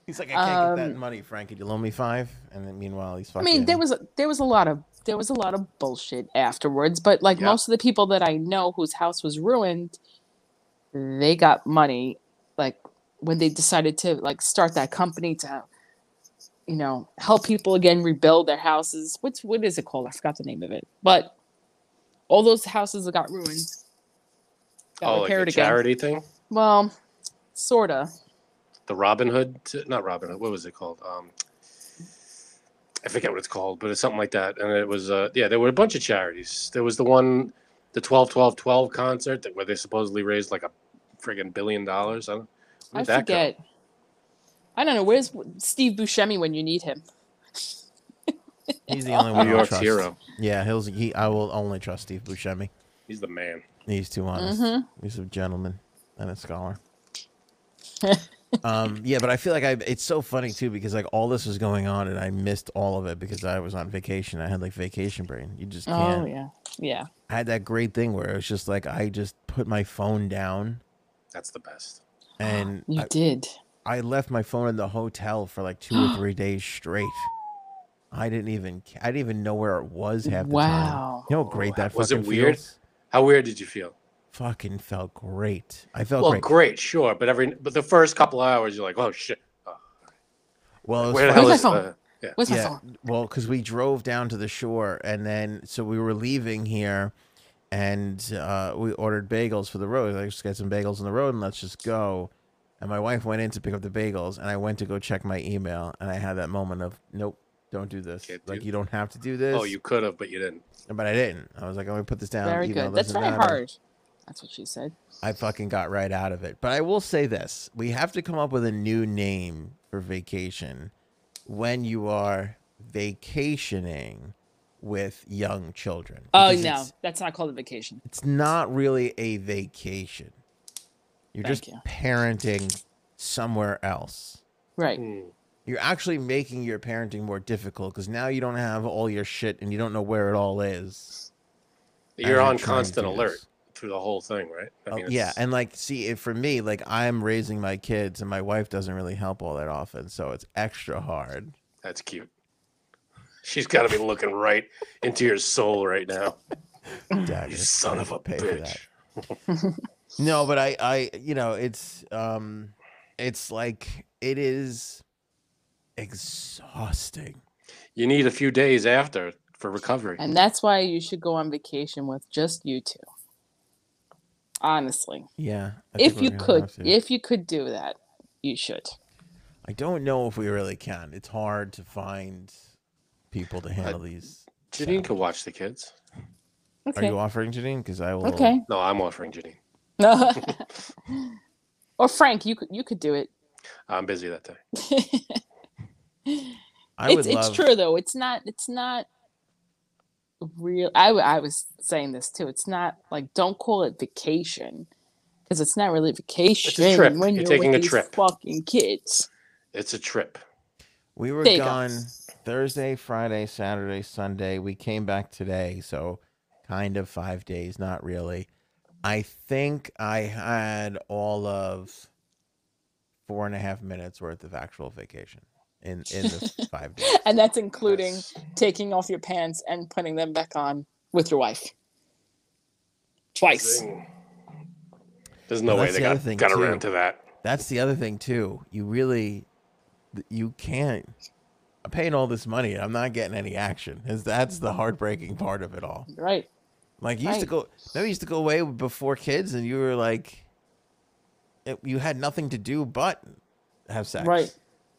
Speaker 1: He's like, I can't get that
Speaker 3: Um,
Speaker 1: money, Frank. Could you loan me five? And then meanwhile, he's
Speaker 3: I
Speaker 1: fucking.
Speaker 3: mean, there was a, there was a lot of there was a lot of bullshit afterwards, but like
Speaker 2: Yeah.
Speaker 3: most of the people that I know whose house was ruined, they got money like when they decided to like start that company to you know, help people again rebuild their houses. What's what is it called? I forgot the name of it. But all those houses that got ruined got
Speaker 2: Oh, like
Speaker 3: repaired
Speaker 2: the
Speaker 3: again.
Speaker 2: charity thing,
Speaker 3: Well, sorta.
Speaker 2: the Robin Hood, t- not Robin Hood. What was it called? Um, I forget what it's called, but it's something like that. And it was, uh, yeah, there were a bunch of charities. There was the one, the 12 12 12 concert that where they supposedly raised like a friggin' billion dollars. I don't where
Speaker 3: I
Speaker 2: did that go?
Speaker 3: forget. I don't know. Where's Steve Buscemi when you need him?
Speaker 1: He's the only one.
Speaker 2: New
Speaker 1: I'll
Speaker 2: York's
Speaker 1: trust.
Speaker 2: hero.
Speaker 1: Yeah, he'll. He, I will only trust Steve Buscemi.
Speaker 2: He's the man.
Speaker 1: He's too honest.
Speaker 3: Mhm.
Speaker 1: He's a gentleman and a scholar. um, yeah, but I feel like I. It's so funny too because like all this was going on and I missed all of it because I was on vacation. I had like vacation brain. You just can't.
Speaker 3: Oh yeah. Yeah.
Speaker 1: I had that great thing where it was just like I just put my phone down
Speaker 2: That's the best.
Speaker 1: and
Speaker 3: You
Speaker 1: I,
Speaker 3: did.
Speaker 1: I left my phone in the hotel for like two or three days straight. I didn't even ca- I didn't even know where it was half the time.
Speaker 3: Wow.
Speaker 1: You know how great that
Speaker 2: Was it
Speaker 1: fucking
Speaker 2: weird?
Speaker 1: feels?
Speaker 2: How weird did you feel?
Speaker 1: Fucking felt great. I felt
Speaker 2: well,
Speaker 1: Oh, great.
Speaker 2: great. sure, but every but the first couple of hours you're like, oh shit,
Speaker 1: Well, it was
Speaker 2: where the
Speaker 1: funny.
Speaker 2: hell
Speaker 3: my
Speaker 2: is?
Speaker 3: phone?
Speaker 2: Uh, yeah.
Speaker 3: Where's my
Speaker 1: yeah.
Speaker 3: phone?
Speaker 1: Well, because we drove down to the shore and then so we were leaving here, and uh, we ordered bagels for the road. Let's get some bagels on the road and let's just go. And my wife went in to pick up the bagels, and I went to go check my email, and I had that moment of nope, don't do this.
Speaker 2: Can't do
Speaker 1: like
Speaker 2: th-
Speaker 1: you don't have to do this.
Speaker 2: Oh, you could have, but you didn't.
Speaker 1: But I didn't. I was like, I'm gonna put this down.
Speaker 3: Very
Speaker 1: even though
Speaker 3: good.
Speaker 1: it
Speaker 3: That's
Speaker 1: doesn't
Speaker 3: very
Speaker 1: matter.
Speaker 3: hard. That's what she said.
Speaker 1: I fucking got right out of it. But I will say this: we have to come up with a new name for vacation when you are vacationing with young children.
Speaker 3: Oh
Speaker 1: Because
Speaker 3: no,
Speaker 1: it's,
Speaker 3: that's not called a vacation.
Speaker 1: it's not really a vacation. You're
Speaker 3: Thank
Speaker 1: just
Speaker 3: you.
Speaker 1: parenting somewhere else.
Speaker 3: Right.
Speaker 2: Hmm.
Speaker 1: You're actually making your parenting more difficult because now you don't have all your shit and you don't know where it all is. as
Speaker 2: You're
Speaker 1: trying
Speaker 2: on
Speaker 1: to
Speaker 2: constant
Speaker 1: do this.
Speaker 2: alert through the whole thing, right? I
Speaker 1: Oh,
Speaker 2: mean,
Speaker 1: yeah,
Speaker 2: it's-
Speaker 1: and like, see, if for me, like, I'm raising my kids, and my wife doesn't really help all that often, so it's extra hard.
Speaker 2: That's cute. She's got to be looking right into your soul right now.
Speaker 1: Dad,
Speaker 2: You
Speaker 1: it's
Speaker 2: son
Speaker 1: Oh, gonna
Speaker 2: of a
Speaker 1: pay for that.
Speaker 2: bitch.
Speaker 1: No, but I, I, you know, it's, um, it's like it is exhausting.
Speaker 2: You need a few days after for recovery.
Speaker 3: And that's why you should go on vacation with just you two. Honestly,
Speaker 1: Yeah. I think
Speaker 3: if
Speaker 1: we're
Speaker 3: you
Speaker 1: gonna
Speaker 3: could,
Speaker 1: have to.
Speaker 3: if you could do that, you should.
Speaker 1: I don't know if we really can. It's hard to find people to handle these.
Speaker 2: Janine could watch the kids.
Speaker 1: Are
Speaker 3: Okay.
Speaker 1: you offering, Janine? Because I will.
Speaker 3: Okay.
Speaker 2: No, I'm offering Janine.
Speaker 3: or Frank, you could you could do it.
Speaker 2: I'm busy that day.
Speaker 1: I
Speaker 3: it's
Speaker 1: would
Speaker 3: it's
Speaker 1: love-
Speaker 3: true though. It's not it's not real. I w- I was saying this too. It's not like don't call it vacation because it's not really vacation
Speaker 2: trip.
Speaker 3: when
Speaker 2: You're
Speaker 3: you're,
Speaker 2: taking
Speaker 3: with
Speaker 2: a
Speaker 3: these
Speaker 2: trip.
Speaker 3: fucking kids.
Speaker 2: It's a trip.
Speaker 1: We were
Speaker 3: There you go.
Speaker 1: gone Thursday, Friday, Saturday, Sunday. We came back today, so kind of five days, not really. I think I had all of four and a half minutes worth of actual vacation in in the five days.
Speaker 3: And that's including
Speaker 2: Yes.
Speaker 3: taking off your pants and putting them back on with your wife. Twice.
Speaker 2: Zing. There's no
Speaker 1: Well,
Speaker 2: way
Speaker 1: that's
Speaker 2: they
Speaker 1: the other
Speaker 2: got,
Speaker 1: thing,
Speaker 2: got
Speaker 1: too.
Speaker 2: around to that.
Speaker 1: That's the other thing too. You really, th- you can't. I'm paying all this money. I'm not getting any action. Is that's
Speaker 3: Mm-hmm.
Speaker 1: the heartbreaking part of it all.
Speaker 3: Right.
Speaker 1: Like you used to go, no, you used to go away before kids, and you were like, it, you had nothing to do but have sex.
Speaker 3: Right.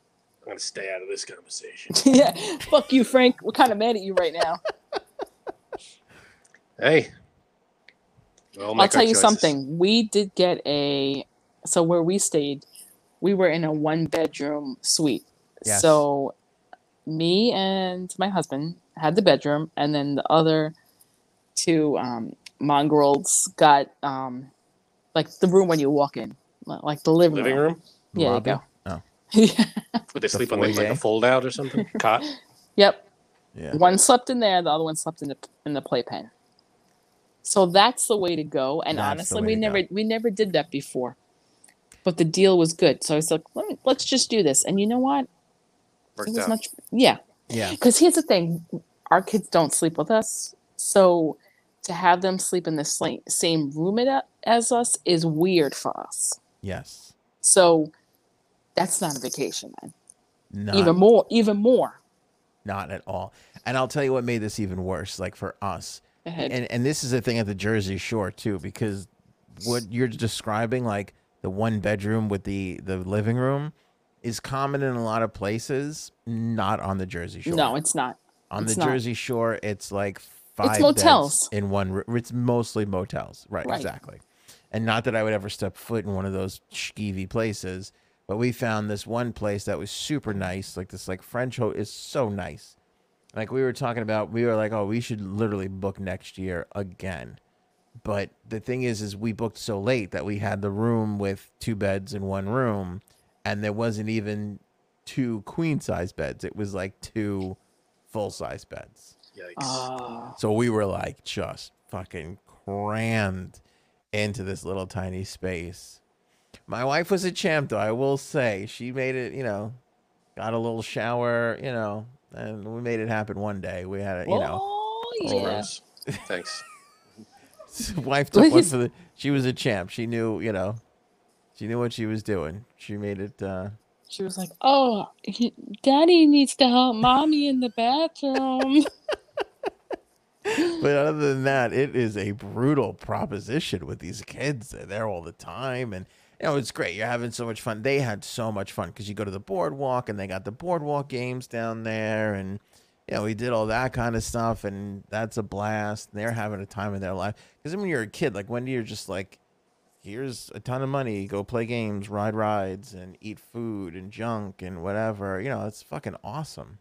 Speaker 2: I'm gonna stay out of this conversation.
Speaker 3: yeah. Fuck you, Frank. We're kind of mad at you right now.
Speaker 2: hey, We'll make
Speaker 3: I'll
Speaker 2: our
Speaker 3: tell you
Speaker 2: choices.
Speaker 3: something. We did get a so where we stayed, we were in a one bedroom suite.
Speaker 1: Yes.
Speaker 3: So me and my husband had the bedroom and then the other two um mongrels got um like the room when you walk in. li- Like the living,
Speaker 2: Living
Speaker 3: room.
Speaker 2: room?
Speaker 1: The
Speaker 3: Yeah,
Speaker 1: lobby?
Speaker 3: there
Speaker 1: Oh,
Speaker 3: you go.
Speaker 2: Would they
Speaker 1: The
Speaker 2: sleep on like, like
Speaker 1: foyer?
Speaker 2: a fold out or something? Cot?
Speaker 3: yep.
Speaker 1: yeah.
Speaker 3: One slept in there, the other one slept in the in the playpen. So that's the way to go. And
Speaker 1: That's the
Speaker 3: honestly,
Speaker 1: way
Speaker 3: we
Speaker 1: to
Speaker 3: never we never did that before. But the deal was good. So I was like, Let me, let's just do this. And you know what? It
Speaker 2: Worked
Speaker 3: was
Speaker 2: out.
Speaker 3: much yeah.
Speaker 1: Yeah.
Speaker 3: Because here's the thing, our kids don't sleep with us. So to have them sleep in the sla- same room it- uh, as us is weird for us.
Speaker 1: Yes.
Speaker 3: So that's not a vacation then.
Speaker 1: Not,
Speaker 3: Even more even more.
Speaker 1: not at all. And I'll tell you what made this even worse. Like for us,
Speaker 3: Go ahead.
Speaker 1: and and this is a thing at the Jersey Shore too, because what you're describing, like the one bedroom with the the living room, is common in a lot of places. Not on the Jersey Shore.
Speaker 3: No, it's not.
Speaker 1: on
Speaker 3: it's
Speaker 1: the
Speaker 3: not.
Speaker 1: Jersey Shore, it's like five beds
Speaker 3: motels.
Speaker 1: in one. room. It's mostly motels, right,
Speaker 3: Right.
Speaker 1: Exactly. And not that I would ever step foot in one of those skeevy places, but we found this one place that was super nice. Like this, like French ho is so nice. Like we were talking about, we were like, oh, we should literally book next year again. But the thing is, is we booked so late that we had the room with two beds in one room, and there wasn't even two queen size beds. It was like two full size beds.
Speaker 2: Yikes.
Speaker 3: Ah.
Speaker 1: So we were like just fucking crammed into this little tiny space. My wife was a champ, though. I will say she made it. You know, got a little shower. You know, and we made it happen one day. We had a you know.
Speaker 3: Oh
Speaker 2: That's
Speaker 3: yeah.
Speaker 2: gross. Thanks.
Speaker 1: wife took one
Speaker 3: Please.
Speaker 1: for the. She was a champ. She knew, you know, she knew what she was doing. She made it. uh
Speaker 3: She was like, "Oh, he- Daddy needs to help Mommy in the bathroom."
Speaker 1: But other than that, it is a brutal proposition with these kids. They're there all the time, and you know it's great. You're having so much fun. They had so much fun because you go to the boardwalk, and they got the boardwalk games down there, and you know we did all that kind of stuff, and that's a blast. And they're having a time of their life because when you're a kid, like when you're just like here's a ton of money. Go play games, ride rides, and eat food and junk and whatever. You know, it's fucking awesome.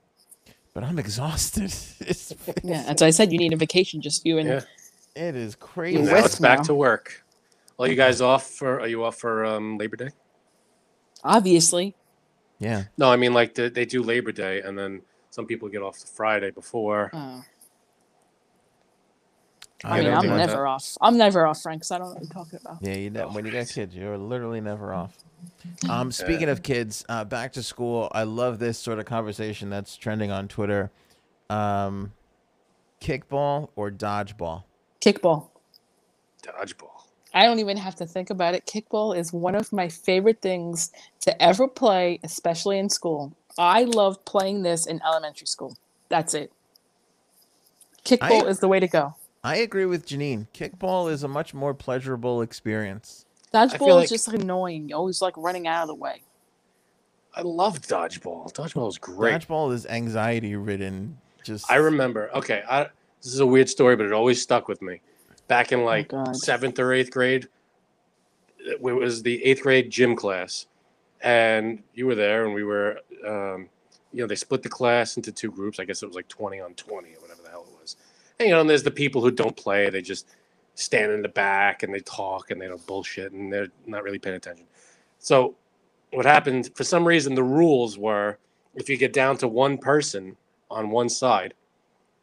Speaker 1: But I'm exhausted. it's,
Speaker 3: yeah, as I said, you need a vacation, just you and
Speaker 2: Yeah.
Speaker 1: it is crazy.
Speaker 3: You're
Speaker 2: Now
Speaker 3: with
Speaker 2: it's back
Speaker 3: now.
Speaker 2: to work. Are you guys off for? Are you off for um, Labor Day?
Speaker 3: obviously.
Speaker 1: Yeah.
Speaker 2: No, I mean like the, they do Labor Day, and then some people get off the Friday before.
Speaker 3: Uh,
Speaker 2: Yeah,
Speaker 3: I mean,
Speaker 2: don't
Speaker 3: I'm
Speaker 2: do that.
Speaker 3: never off. I'm never off, Frank. So I don't know what you're talking about.
Speaker 1: Yeah, you know, when you got kids, you're literally never off. Um, speaking of kids, uh, back to school. I love this sort of conversation that's trending on Twitter. Um, kickball or dodgeball?
Speaker 3: Kickball.
Speaker 2: Dodgeball.
Speaker 3: I don't even have to think about it. Kickball is one of my favorite things to ever play, especially in school. I loved playing this in elementary school. That's it. Kickball
Speaker 1: I-
Speaker 3: is the way to go.
Speaker 1: I agree with Janine. Kickball is a much more pleasurable experience.
Speaker 3: Dodgeball
Speaker 2: like-
Speaker 3: is just annoying. You always like running out of the way.
Speaker 2: I loved dodgeball. Dodgeball was great.
Speaker 1: Dodgeball is anxiety ridden. Just
Speaker 2: I remember. Okay, I, this is a weird story, but it always stuck with me. Back in like
Speaker 3: God.
Speaker 2: seventh or eighth grade, it was the eighth grade gym class, and you were there, and we were, um, you know, they split the class into two groups. I guess it was like twenty on twenty or whatever the hell it was. And you know, and there's the people who don't play; they just stand in the back and they talk and they don't bullshit and they're not really paying attention. So, what happened for some reason? The rules were if you get down to one person on one side,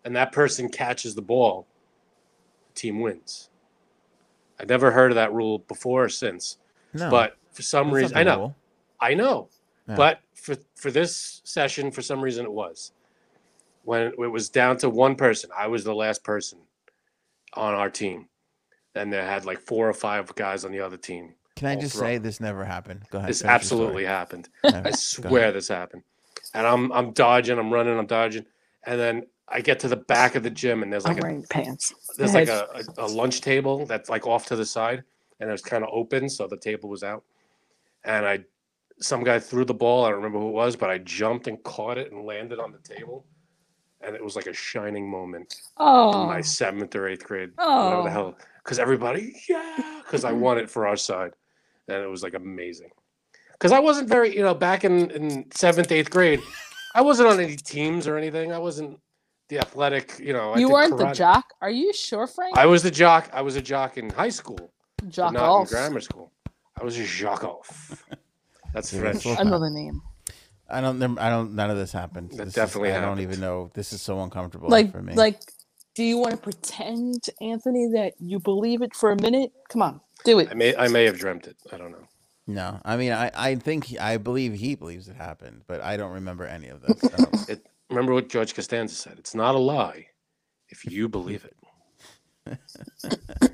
Speaker 2: and that person catches the ball, the team wins. I never heard of that rule before or since.
Speaker 1: no,
Speaker 2: But for some
Speaker 1: that's not
Speaker 2: reason,
Speaker 1: the
Speaker 2: I know
Speaker 1: rule.
Speaker 2: I know,
Speaker 1: Yeah.
Speaker 2: but for for this session, for some reason, it was when it was down to one person. I was the last person on our team, and they had like four or five guys on the other team.
Speaker 1: Can I
Speaker 2: I'll
Speaker 1: just
Speaker 2: throw-
Speaker 1: say this never happened? Go ahead.
Speaker 2: This
Speaker 1: finish your
Speaker 2: absolutely
Speaker 1: story.
Speaker 2: happened.
Speaker 1: No,
Speaker 2: I
Speaker 1: go ahead.
Speaker 2: swear this happened. And I'm I'm dodging, I'm running, I'm dodging, and then I get to the back of the gym, and there's
Speaker 3: I'm
Speaker 2: like a
Speaker 3: wearing pants.
Speaker 2: there's like a, a, a lunch table that's like off to the side and it was kind of open so the table was out and i some guy threw the ball i don't remember who it was but i jumped and caught it and landed on the table and it was like a shining moment in
Speaker 3: Oh,
Speaker 2: my seventh or eighth grade whatever
Speaker 3: Oh.
Speaker 2: the hell because everybody yeah because i won it for our side and it was like amazing because i wasn't very you know back in, in seventh eighth grade i wasn't on any teams or anything i wasn't the athletic you know I
Speaker 3: you
Speaker 2: did
Speaker 3: weren't the
Speaker 2: karate.
Speaker 3: jock. Are you sure, Frank?
Speaker 2: I was a jock. I was a jock in high school, but
Speaker 3: jock
Speaker 2: not
Speaker 3: off.
Speaker 2: in grammar school. I was a jock off. That's
Speaker 1: Yeah,
Speaker 2: French.
Speaker 1: that's-
Speaker 3: Another name.
Speaker 1: I don't. num- I don't. None of this happened.
Speaker 2: That
Speaker 1: This is-
Speaker 2: definitely
Speaker 1: I don't
Speaker 2: happened.
Speaker 1: even know. This is so uncomfortable
Speaker 3: Like,
Speaker 1: for me.
Speaker 3: like, do you want to pretend, Anthony, that you believe it for a minute? Come on, do it.
Speaker 2: I may I may have dreamt it. I don't know.
Speaker 1: no. I mean, I. I think. He, I believe he believes it happened, but I don't remember any of this. I don't-
Speaker 2: It, remember what George Costanza said. It's not a lie if you believe it.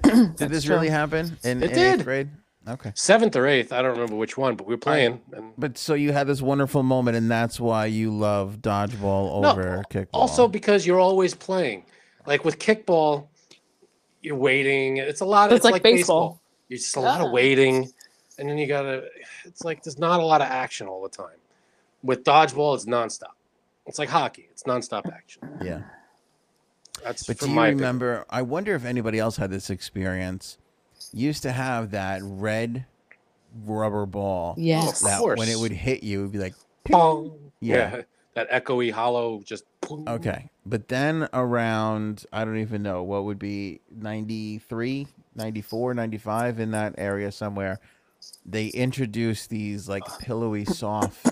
Speaker 1: did this
Speaker 3: true.
Speaker 1: really happen in,
Speaker 2: It
Speaker 1: in eighth
Speaker 2: did.
Speaker 1: grade? Okay.
Speaker 2: Seventh or eighth, I don't remember which one, but we were playing and
Speaker 1: But so you had this wonderful moment, and that's why you love dodgeball
Speaker 2: No,
Speaker 1: over kickball.
Speaker 2: also because you're always playing. Like with kickball, you're waiting. It's a lot of
Speaker 3: It's like baseball.
Speaker 2: It's just a lot of
Speaker 3: Yeah.
Speaker 2: waiting. And then you gotta it's like there's not a lot of action all the time. With dodgeball, it's nonstop. It's like hockey. It's nonstop action.
Speaker 1: yeah.
Speaker 2: That's
Speaker 1: But
Speaker 2: from
Speaker 1: do you
Speaker 2: my opinion.
Speaker 1: remember? I wonder if anybody else had this experience. Used to have that red rubber ball
Speaker 3: yes.
Speaker 2: Oh,
Speaker 1: that when it
Speaker 2: course. Oh,
Speaker 1: would hit you, it'd be like,
Speaker 2: Pong.
Speaker 1: Yeah.
Speaker 2: Yeah. That echoey hollow just boom.
Speaker 1: okay. But then around, I don't even know what would be 93, 94, 95 in that area somewhere, they introduced these like pillowy soft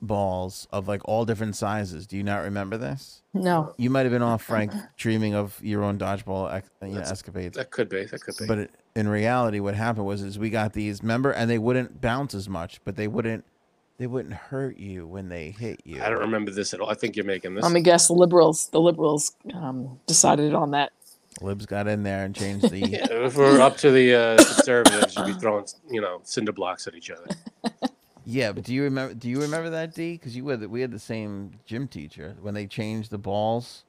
Speaker 1: balls of like all different sizes. Do you not remember this?
Speaker 3: No.
Speaker 1: You might have been off, Frank, dreaming of your own dodgeball ex- uh, you know,
Speaker 2: That's-
Speaker 1: escapades.
Speaker 2: That could be. That could be.
Speaker 1: But it, in reality, what happened was is we got these remember, and they wouldn't bounce as much, but they wouldn't they wouldn't hurt you when they hit you.
Speaker 2: I don't remember this at all. I think you're making this.
Speaker 3: Let me guess. The liberals, the liberals, um, decided on that.
Speaker 1: Libs got in there and changed the.
Speaker 2: Yeah, if we're up to the uh, conservatives, you'd be throwing, you know, cinder blocks at each other.
Speaker 1: Yeah, but do you remember? Do you remember that D? Because you had we had the same gym teacher when they changed the balls.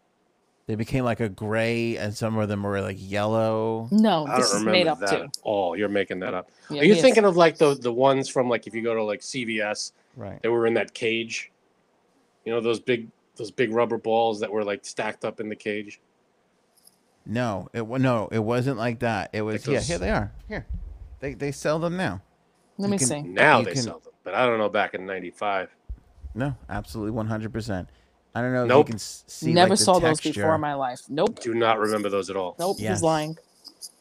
Speaker 1: They became like a gray, and some of them were like yellow.
Speaker 3: No,
Speaker 2: I
Speaker 3: this
Speaker 2: don't
Speaker 3: is made
Speaker 2: remember
Speaker 3: up
Speaker 2: that
Speaker 3: too.
Speaker 2: at all. You're making that up.
Speaker 3: Yeah,
Speaker 2: Are you
Speaker 3: he is.
Speaker 2: thinking of like the the ones from like if you go to like CVS,
Speaker 1: Right.
Speaker 2: they were in that cage? You know those big those big rubber balls that were like stacked up in the cage.
Speaker 1: No, it wa- no, it wasn't like that. It was yeah.
Speaker 2: those-
Speaker 1: Here they are. Here, they they sell them now.
Speaker 3: Let
Speaker 1: you
Speaker 3: me
Speaker 1: can-
Speaker 3: see.
Speaker 2: Now
Speaker 1: You
Speaker 2: they
Speaker 1: can-
Speaker 2: sell them, but I don't know back in '95.
Speaker 1: No, absolutely one hundred percent. I don't know if
Speaker 2: Nope.
Speaker 1: you can s- see.
Speaker 3: Never
Speaker 1: like, the
Speaker 3: saw
Speaker 1: texture.
Speaker 3: those before in my life. Nope.
Speaker 2: Do not remember those at all.
Speaker 3: Nope.
Speaker 1: Yes.
Speaker 3: He's lying.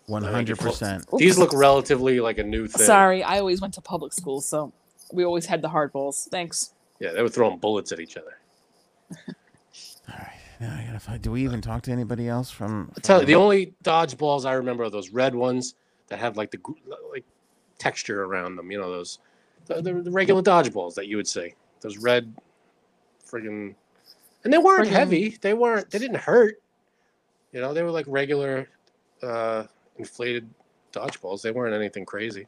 Speaker 1: One hundred percent.
Speaker 2: These
Speaker 3: Oops. Uh,
Speaker 2: look relatively like a new thing.
Speaker 3: Sorry, I always went to public school, so we always had the hard balls. Thanks.
Speaker 2: Yeah, they were throwing bullets at each other.
Speaker 1: Do we even talk to anybody else from?
Speaker 2: I tell you,
Speaker 1: from-
Speaker 2: the only dodgeballs I remember are those red ones that have like the gr- like texture around them. You know those the, the, the regular dodgeballs that you would see. Those red friggin' and they weren't
Speaker 3: Friggin'.
Speaker 2: heavy. They weren't. They didn't hurt. You know, they were like regular uh, inflated dodgeballs. They weren't anything crazy.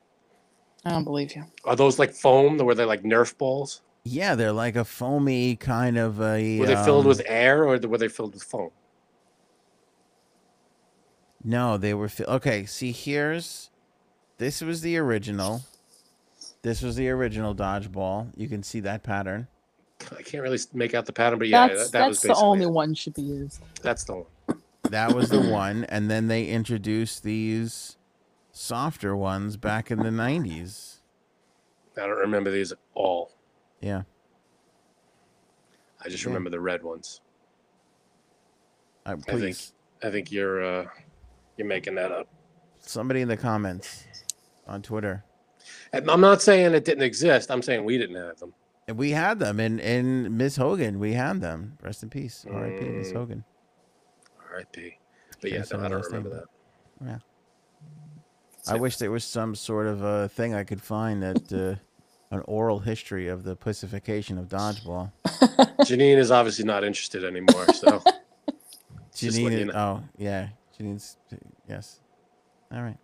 Speaker 3: I don't believe you.
Speaker 2: Are those like foam? Were they like Nerf balls?
Speaker 1: Yeah, they're like a foamy kind of a.
Speaker 2: Were they filled
Speaker 1: um,
Speaker 2: with air or were they filled with foam?
Speaker 1: No, they were fi- okay. See, here's this was the original. This was the original dodgeball. You can see that pattern.
Speaker 2: I can't really make out the pattern, but yeah,
Speaker 3: that's
Speaker 2: that, that was
Speaker 3: that's the
Speaker 2: basically
Speaker 3: only
Speaker 2: it.
Speaker 3: one should be used.
Speaker 2: That's the one.
Speaker 1: That was the one, and then they introduced these softer ones back in the '90s.
Speaker 2: I don't remember these at all.
Speaker 1: Yeah,
Speaker 2: I just
Speaker 1: Yeah.
Speaker 2: remember the red ones.
Speaker 1: uh, please,
Speaker 2: I think you're uh, you're making that up.
Speaker 1: somebody in the comments on Twitter.
Speaker 2: And I'm not saying it didn't exist. I'm saying we didn't have them.
Speaker 1: And we had them, and and Miss Hogan, we had them. Rest in peace, R.I.P. Miss
Speaker 2: Mm.
Speaker 1: Hogan.
Speaker 2: R.I.P. But
Speaker 1: Okay,
Speaker 2: yeah,
Speaker 1: so
Speaker 2: I don't
Speaker 1: last
Speaker 2: remember
Speaker 1: name.
Speaker 2: that.
Speaker 1: I wish there was some sort of a thing I could find that uh, an oral history of the pussification of dodgeball.
Speaker 2: Janine is obviously not interested anymore. So Just
Speaker 1: Janine,
Speaker 2: let you
Speaker 1: is-
Speaker 2: know.
Speaker 1: oh yeah, Janine's yes. All right.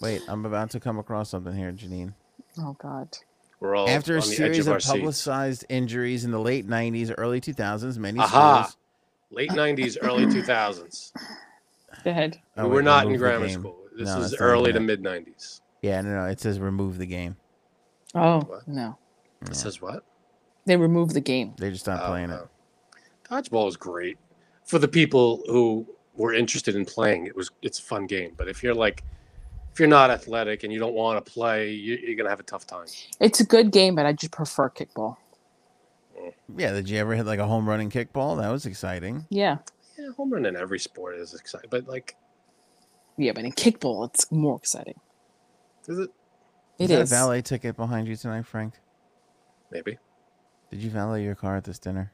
Speaker 1: Wait, I'm about to come across something here, Janine.
Speaker 3: Oh God.
Speaker 2: we're all
Speaker 1: After
Speaker 2: Oh, on
Speaker 1: a
Speaker 2: the edge
Speaker 1: series
Speaker 2: of
Speaker 1: of,
Speaker 2: our seats.
Speaker 1: publicized injuries in the late 90s, early 2000s, many
Speaker 2: Aha.
Speaker 1: schools.
Speaker 2: Late '90s, early 2000s.
Speaker 3: Go ahead.
Speaker 1: Oh,
Speaker 2: we
Speaker 1: wait,
Speaker 2: were not in
Speaker 1: remove the
Speaker 2: grammar
Speaker 1: game.
Speaker 2: school. This
Speaker 1: No,
Speaker 2: is
Speaker 1: that's not
Speaker 2: early
Speaker 1: it.
Speaker 2: to mid '90s.
Speaker 1: Yeah, no, no. It says remove the game.
Speaker 3: Oh
Speaker 2: What?
Speaker 3: no.
Speaker 2: It says what?
Speaker 3: They removed the game.
Speaker 1: They just stopped
Speaker 2: Oh,
Speaker 1: playing
Speaker 2: oh. Dodgeball is great for the people who were interested in playing. It was it's a fun game, but if you're like if you're not athletic and you don't want to play, you, you're gonna have a tough time.
Speaker 3: It's a good game, but I just prefer kickball.
Speaker 1: it. Yeah, did you ever hit like a home running kickball? That was exciting.
Speaker 3: Yeah.
Speaker 2: Yeah, home run in every sport is exciting, but like,
Speaker 3: Yeah, but in kickball, it's more exciting.
Speaker 2: is it
Speaker 1: Is
Speaker 3: It
Speaker 1: that
Speaker 3: is.
Speaker 1: a valet ticket behind you tonight, Frank?
Speaker 2: maybe?
Speaker 1: Did you valet your car at this dinner?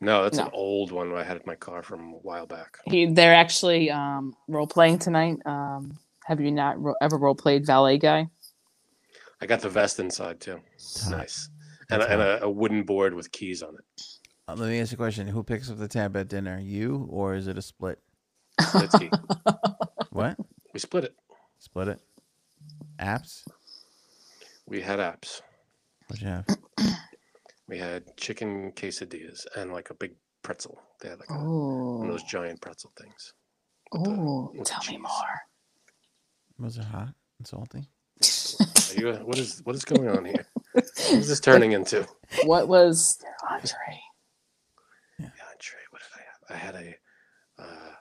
Speaker 2: No, that's
Speaker 3: No.
Speaker 2: an old one I had in my car from a while back.
Speaker 3: He, they're actually um, role playing tonight. Um, have you not ro- ever role played valet guy?
Speaker 2: I got the vest inside too. It's
Speaker 1: Hot.
Speaker 2: nice, and,
Speaker 1: That's
Speaker 2: a, and a, a wooden board with keys on it.
Speaker 1: Uh, let me ask you a question. Who picks up the tab at dinner? You or is it a split?
Speaker 2: Split key.
Speaker 1: What?
Speaker 2: we split it.
Speaker 1: Split it? Apps?
Speaker 2: We had apps.
Speaker 1: What you have?
Speaker 2: We had chicken quesadillas and like a big pretzel. They had like a, one of
Speaker 3: Oh,
Speaker 2: those giant pretzel things.
Speaker 3: oh,
Speaker 2: with the
Speaker 3: tell me
Speaker 2: cheese.
Speaker 3: more.
Speaker 1: Was it hot and salty?
Speaker 2: Are you, uh, what is what is going on here? What is this turning into? Yeah,
Speaker 3: What was your entree?
Speaker 2: entree, what did I have? I had a uh,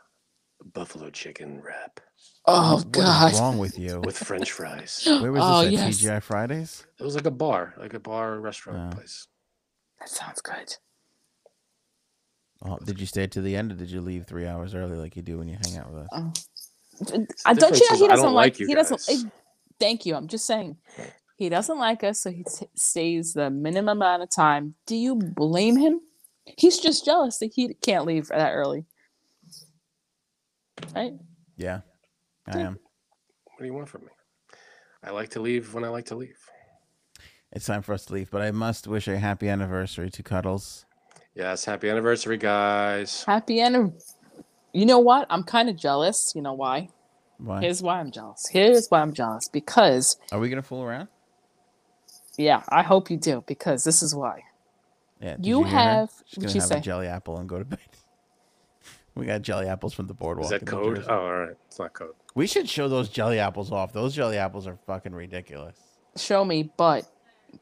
Speaker 2: buffalo chicken wrap
Speaker 3: Oh
Speaker 1: What is
Speaker 3: God!
Speaker 1: wrong with you?
Speaker 2: with French fries.
Speaker 1: Where was
Speaker 3: Oh,
Speaker 1: this at
Speaker 3: yes.
Speaker 1: TGI Fridays?
Speaker 2: It was like a bar, like a bar restaurant
Speaker 1: Yeah.
Speaker 2: place.
Speaker 3: That sounds good.
Speaker 1: Oh, did you stay to the end or did you leave three hours early like you do when you hang out with us?
Speaker 3: Oh. I don't
Speaker 2: difference
Speaker 3: you know
Speaker 2: is
Speaker 3: he
Speaker 2: I don't
Speaker 3: doesn't
Speaker 2: like
Speaker 3: like,
Speaker 2: you
Speaker 3: he doesn't.
Speaker 2: guys.
Speaker 3: eh, thank you. I'm just saying he doesn't like us, so he t- stays the minimum amount of time. Do you blame him? He's just jealous that he can't leave that early, right?
Speaker 1: Yeah, I
Speaker 3: Yeah.
Speaker 1: am.
Speaker 2: What do you want from me? I like to leave when I like to leave.
Speaker 1: It's time for us to leave, but I must wish a happy anniversary to Cuddles.
Speaker 2: Yes, happy anniversary, guys.
Speaker 3: Happy and you know what? I'm kind of jealous. You know why?
Speaker 1: Why?
Speaker 3: Here's why I'm jealous. Here's why I'm jealous because
Speaker 1: Are we gonna fool around?
Speaker 3: yeah, I hope you do because this is why.
Speaker 1: Yeah. did
Speaker 3: You
Speaker 1: hear her?
Speaker 3: have-
Speaker 1: She's
Speaker 3: what'd
Speaker 1: gonna
Speaker 3: she
Speaker 1: have a
Speaker 3: say?
Speaker 1: jelly apple and go to bed. we got jelly apples from the boardwalk.
Speaker 2: Is that
Speaker 1: in New
Speaker 2: code?
Speaker 1: Jersey.
Speaker 2: Oh, all right. It's not code.
Speaker 1: We should show those jelly apples off. Those jelly apples are fucking ridiculous.
Speaker 3: Show me, but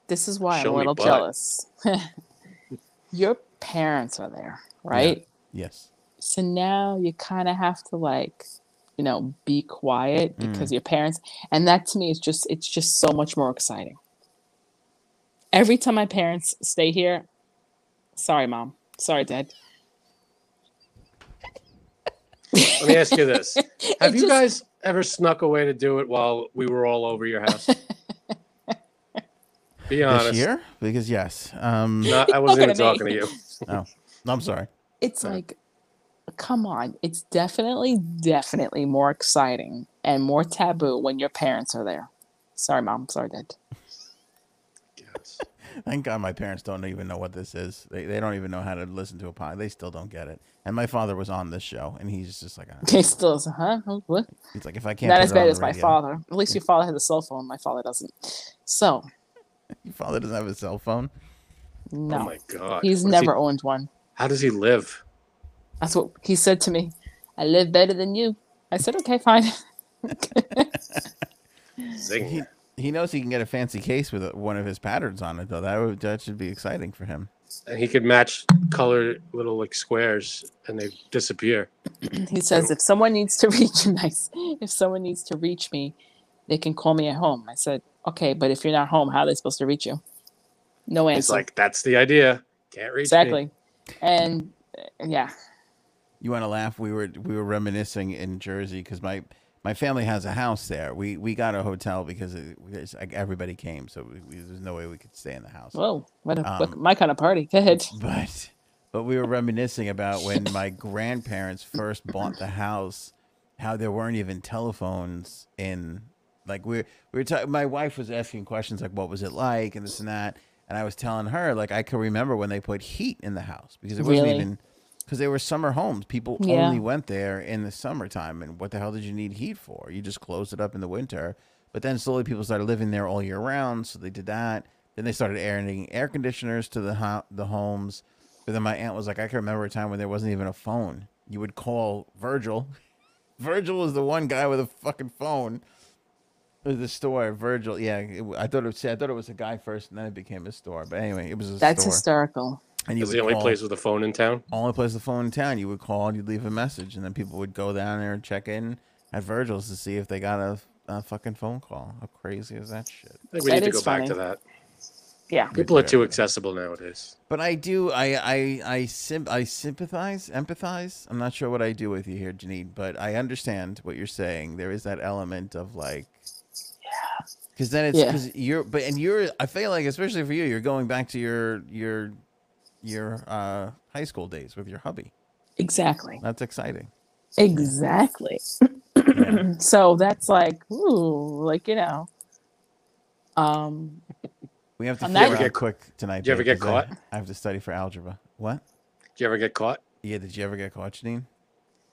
Speaker 3: this is why
Speaker 2: Show me
Speaker 3: I'm a little
Speaker 2: butt.
Speaker 3: jealous. Your parents are there, right?
Speaker 1: Yes.
Speaker 3: So now you kind of have to like, you know, be quiet
Speaker 1: Hmm.
Speaker 3: because your parents and that to me is just it's just so much more exciting. Every time my parents stay here, sorry mom, sorry dad.
Speaker 2: Let me ask you this: Have you
Speaker 3: just-
Speaker 2: guys ever snuck away to do it while we were all over your house? Be honest.
Speaker 1: This year? Because yes. Um.
Speaker 2: No, I wasn't
Speaker 3: Look
Speaker 2: even
Speaker 3: at
Speaker 2: talking to
Speaker 3: me.
Speaker 2: you.
Speaker 1: oh, no, I'm sorry.
Speaker 3: It's
Speaker 2: Right.
Speaker 3: like come on, it's definitely definitely more exciting and more taboo when your parents are there. Sorry mom, sorry dad.
Speaker 2: Yes.
Speaker 1: Thank God my parents don't even know what this is. They, they don't even know how to listen to a pod. They still don't get it. And my father was on this show, and he's just like, "Ah."
Speaker 3: They still is, huh? Huh? What?
Speaker 1: he's like, if I can't,
Speaker 3: Not
Speaker 1: put
Speaker 3: as
Speaker 1: it on
Speaker 3: bad
Speaker 1: the
Speaker 3: as my
Speaker 1: radio-
Speaker 3: father. At least your father has a cell phone. My father doesn't. So
Speaker 1: Your father doesn't have a cell phone.
Speaker 3: no.
Speaker 2: Oh my god.
Speaker 3: He's
Speaker 2: What does he-
Speaker 3: never owned one.
Speaker 2: how does he live?
Speaker 3: That's what he said to me. I live better than you. I said, okay, fine.
Speaker 2: Zing.
Speaker 1: He knows he can get a fancy case with uh, one of his patterns on it, though. That would, that should be exciting for him.
Speaker 2: And he could match color little like squares, and they disappear.
Speaker 3: He says, if someone needs to reach nice, if someone needs to reach me, they can call me at home. I said, okay, but if you're not home, how are they supposed to reach you? No answer.
Speaker 2: He's like, that's the idea. Can't reach me."
Speaker 3: exactly. And uh, yeah,
Speaker 1: You want to laugh? We were we were reminiscing in Jersey because my my family has a house there. We we got a hotel because it, it's like everybody came, so we, we, there's no way we could stay in the house.
Speaker 3: whoa, what, a, what
Speaker 1: Um,
Speaker 3: my kind of party. Go ahead.
Speaker 1: but but we were reminiscing about when my grandparents first bought the house, how there weren't even telephones in Like we we were talking. My wife was asking questions like, "What was it like?" and this and that. And I was telling her like I could remember when they put heat in the house because it wasn't
Speaker 3: Really?
Speaker 1: even because they were summer homes. People
Speaker 3: Yeah.
Speaker 1: only went there in the summertime. And what the hell did you need heat for? You just closed it up in the winter. But then slowly people started living there all year round, so they did that. Then they started adding air conditioners to the ho- the homes. But then my aunt was like, I can remember a time when there wasn't even a phone. You would call Virgil. Virgil was the one guy with a fucking phone. It was the store, Virgil. Yeah, it, I thought it was. I thought it was a guy first, and then it became a store. But anyway, it was a
Speaker 3: That's
Speaker 1: store.
Speaker 3: hysterical.
Speaker 1: And you
Speaker 2: It's
Speaker 1: would
Speaker 2: the only
Speaker 1: call-
Speaker 2: place with a phone in town.
Speaker 1: only place the phone in town. You would call and you'd leave a message, and then people would go down there and check in at Virgil's to see if they got a, a fucking phone call. How crazy is that shit?
Speaker 2: I think we
Speaker 3: That
Speaker 2: need to go
Speaker 3: is
Speaker 2: back to
Speaker 3: funny.
Speaker 2: that.
Speaker 3: Yeah.
Speaker 2: People are
Speaker 1: do
Speaker 2: too
Speaker 1: everything.
Speaker 2: accessible nowadays.
Speaker 1: But I do. I I I symp- I sympathize, empathize. I'm not sure what I do with you here, Janine, but I understand what you're saying. There is that element of like, because then it's
Speaker 3: Yeah.
Speaker 1: because you're. But and you're. I feel like especially for you, you're going back to your your your uh high school days with your hubby.
Speaker 3: Exactly.
Speaker 1: That's exciting.
Speaker 3: Exactly.
Speaker 1: Yeah.
Speaker 3: So that's like, ooh, like you know. Um,
Speaker 1: We have to
Speaker 3: On
Speaker 1: figure out
Speaker 2: Did
Speaker 3: that-
Speaker 2: you ever get-
Speaker 1: quick tonight.
Speaker 2: did you ever
Speaker 1: though,
Speaker 2: get
Speaker 1: 'cause I-
Speaker 2: caught?
Speaker 1: I, have to study for algebra. What?
Speaker 2: Do you ever get caught?
Speaker 1: Yeah, did you ever get caught, Janine?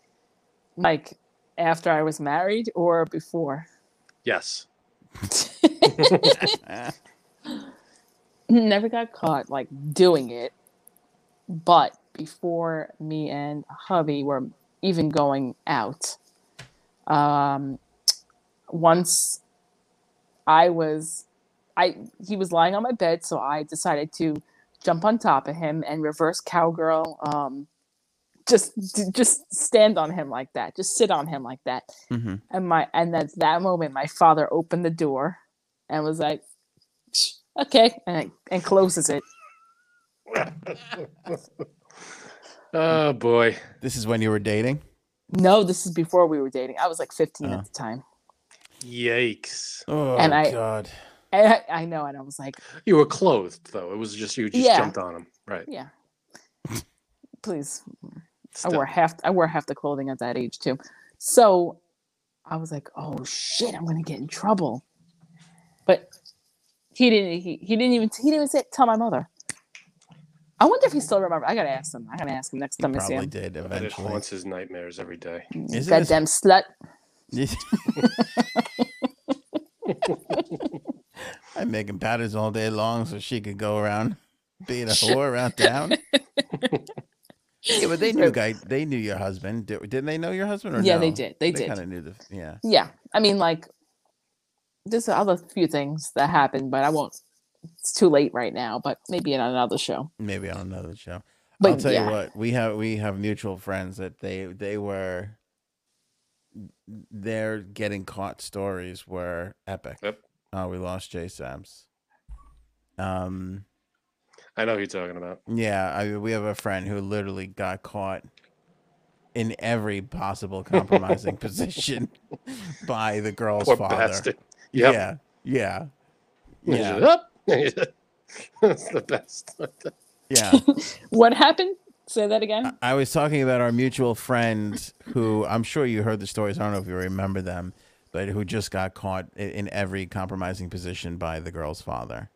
Speaker 3: like after I was married or before.
Speaker 2: Yes.
Speaker 3: Never got caught like doing it, but before me and hubby were even going out, um, once I was, I he was lying on my bed, so I decided to jump on top of him and reverse cowgirl. Um, just just stand on him like that, just sit on him like that.
Speaker 1: Mm-hmm.
Speaker 3: And my and at that moment, my father opened the door and was like, "Shh, "Okay," and and closes it.
Speaker 2: Oh boy.
Speaker 1: This is when you were dating.
Speaker 3: No, this is before we were dating. I was like 15
Speaker 1: Oh.
Speaker 3: at the time,
Speaker 2: Yikes.
Speaker 1: Oh
Speaker 3: And I-
Speaker 1: God.
Speaker 3: and I, I know, and I was like,
Speaker 2: You were clothed though. It was just you just
Speaker 3: Yeah.
Speaker 2: jumped on him. Right.
Speaker 3: "Yeah, please." I
Speaker 2: Still.
Speaker 3: wore half. I wore half the clothing at that age too. So I was like, "Oh shit, I'm gonna get in trouble." But he didn't. He, he didn't even. He didn't even say, tell my mother. I wonder if he still remembers. I gotta ask him. I gotta ask him next time I see
Speaker 1: Probably
Speaker 3: him.
Speaker 1: did
Speaker 2: But it
Speaker 1: eventually.
Speaker 2: haunts his nightmares every day.
Speaker 1: Isn't
Speaker 3: that
Speaker 1: this-
Speaker 3: damn slut.
Speaker 1: I'm making powders all day long so she could go around being a whore around town. yeah, but they knew guy. They knew your husband. Did, didn't they know your husband? Or
Speaker 3: Yeah, they
Speaker 1: no?
Speaker 3: did. They did.
Speaker 1: Kind of knew the. Yeah.
Speaker 3: Yeah, I mean, like, there's other few things that happened, but I won't. It's too late right now, but maybe in another show.
Speaker 1: Maybe on another show.
Speaker 3: But
Speaker 1: I'll tell
Speaker 3: yeah,
Speaker 1: you what, we have we have mutual friends that they they were their getting caught stories were epic.
Speaker 2: Yep.
Speaker 1: Oh, we lost J Sabs. Um
Speaker 2: I know who you're talking about.
Speaker 1: yeah, I we have a friend who literally got caught in every possible compromising position by the girl's
Speaker 2: Poor
Speaker 1: father.
Speaker 2: bastard. Yep.
Speaker 1: Yeah. Yeah.
Speaker 2: He's
Speaker 1: Yeah.
Speaker 2: just, "Up." That's the best.
Speaker 1: Yeah.
Speaker 3: what happened? Say that again.
Speaker 1: I was talking about our mutual friend who I'm sure you heard the stories. I don't know if you remember them, but who just got caught i- in every compromising position by the girl's father.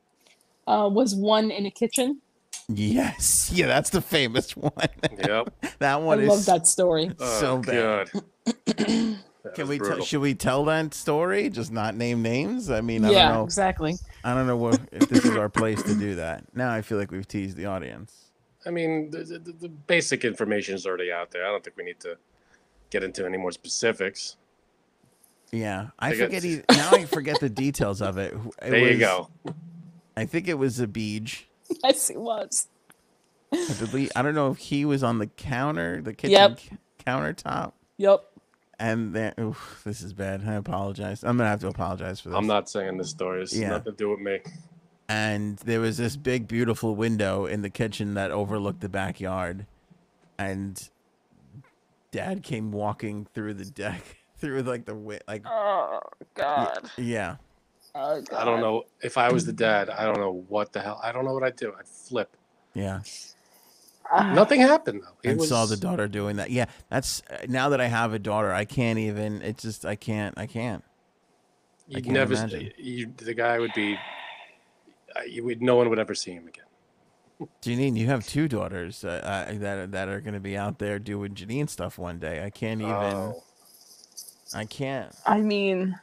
Speaker 3: Uh, was one in a kitchen?
Speaker 1: Yes. Yeah, that's the famous one.
Speaker 2: yep.
Speaker 1: that
Speaker 3: I
Speaker 1: one
Speaker 3: love
Speaker 1: is
Speaker 3: that story.
Speaker 1: so
Speaker 2: oh,
Speaker 1: bad.
Speaker 2: God. That
Speaker 1: Can
Speaker 2: was
Speaker 1: we tell
Speaker 2: brutal.
Speaker 1: should we tell that story? Just not name names? I mean, I
Speaker 3: yeah,
Speaker 1: don't know.
Speaker 3: exactly.
Speaker 1: I don't know what if this is our place to do that. Now I feel like we've teased the audience.
Speaker 2: I mean, the, the, the- the basic information is already out there. I don't think we need to get into any more specifics.
Speaker 1: Yeah, I
Speaker 2: They got-
Speaker 1: forget. e- now I forget the details of it. It
Speaker 2: there you
Speaker 1: was-
Speaker 2: go.
Speaker 1: I think it was a beach.
Speaker 3: Yes, it was.
Speaker 1: I believe I don't know if he was on the counter, the kitchen
Speaker 3: Yep.
Speaker 1: c- countertop,
Speaker 3: Yep.
Speaker 1: and then oof, this is bad. I apologize. I'm gonna have to apologize for this.
Speaker 2: I'm not saying this story. It's
Speaker 1: Yeah.
Speaker 2: nothing to do with me.
Speaker 1: And there was this big, beautiful window in the kitchen that overlooked the backyard, and Dad came walking through the deck, through like the wi- like
Speaker 3: Oh God.
Speaker 1: yeah.
Speaker 3: Oh, God.
Speaker 2: I don't know. If I was the dad, I don't know what the hell. I don't know what I'd do. I'd flip.
Speaker 1: Yeah,
Speaker 3: Ah,
Speaker 2: Nothing happened, though. It
Speaker 1: and
Speaker 2: was,
Speaker 1: saw the daughter doing that. Yeah, uh, that's now that I have a daughter, I can't even. It's just I can't. I can't.
Speaker 2: You'd
Speaker 1: can't
Speaker 2: never,
Speaker 1: imagine.
Speaker 2: you, the guy would be, uh, you would, no one would ever see him again.
Speaker 1: Janine, you have two daughters uh, uh, that are- that are going to be out there doing Janine stuff one day. I can't even.
Speaker 2: Oh.
Speaker 1: I can't.
Speaker 3: I mean,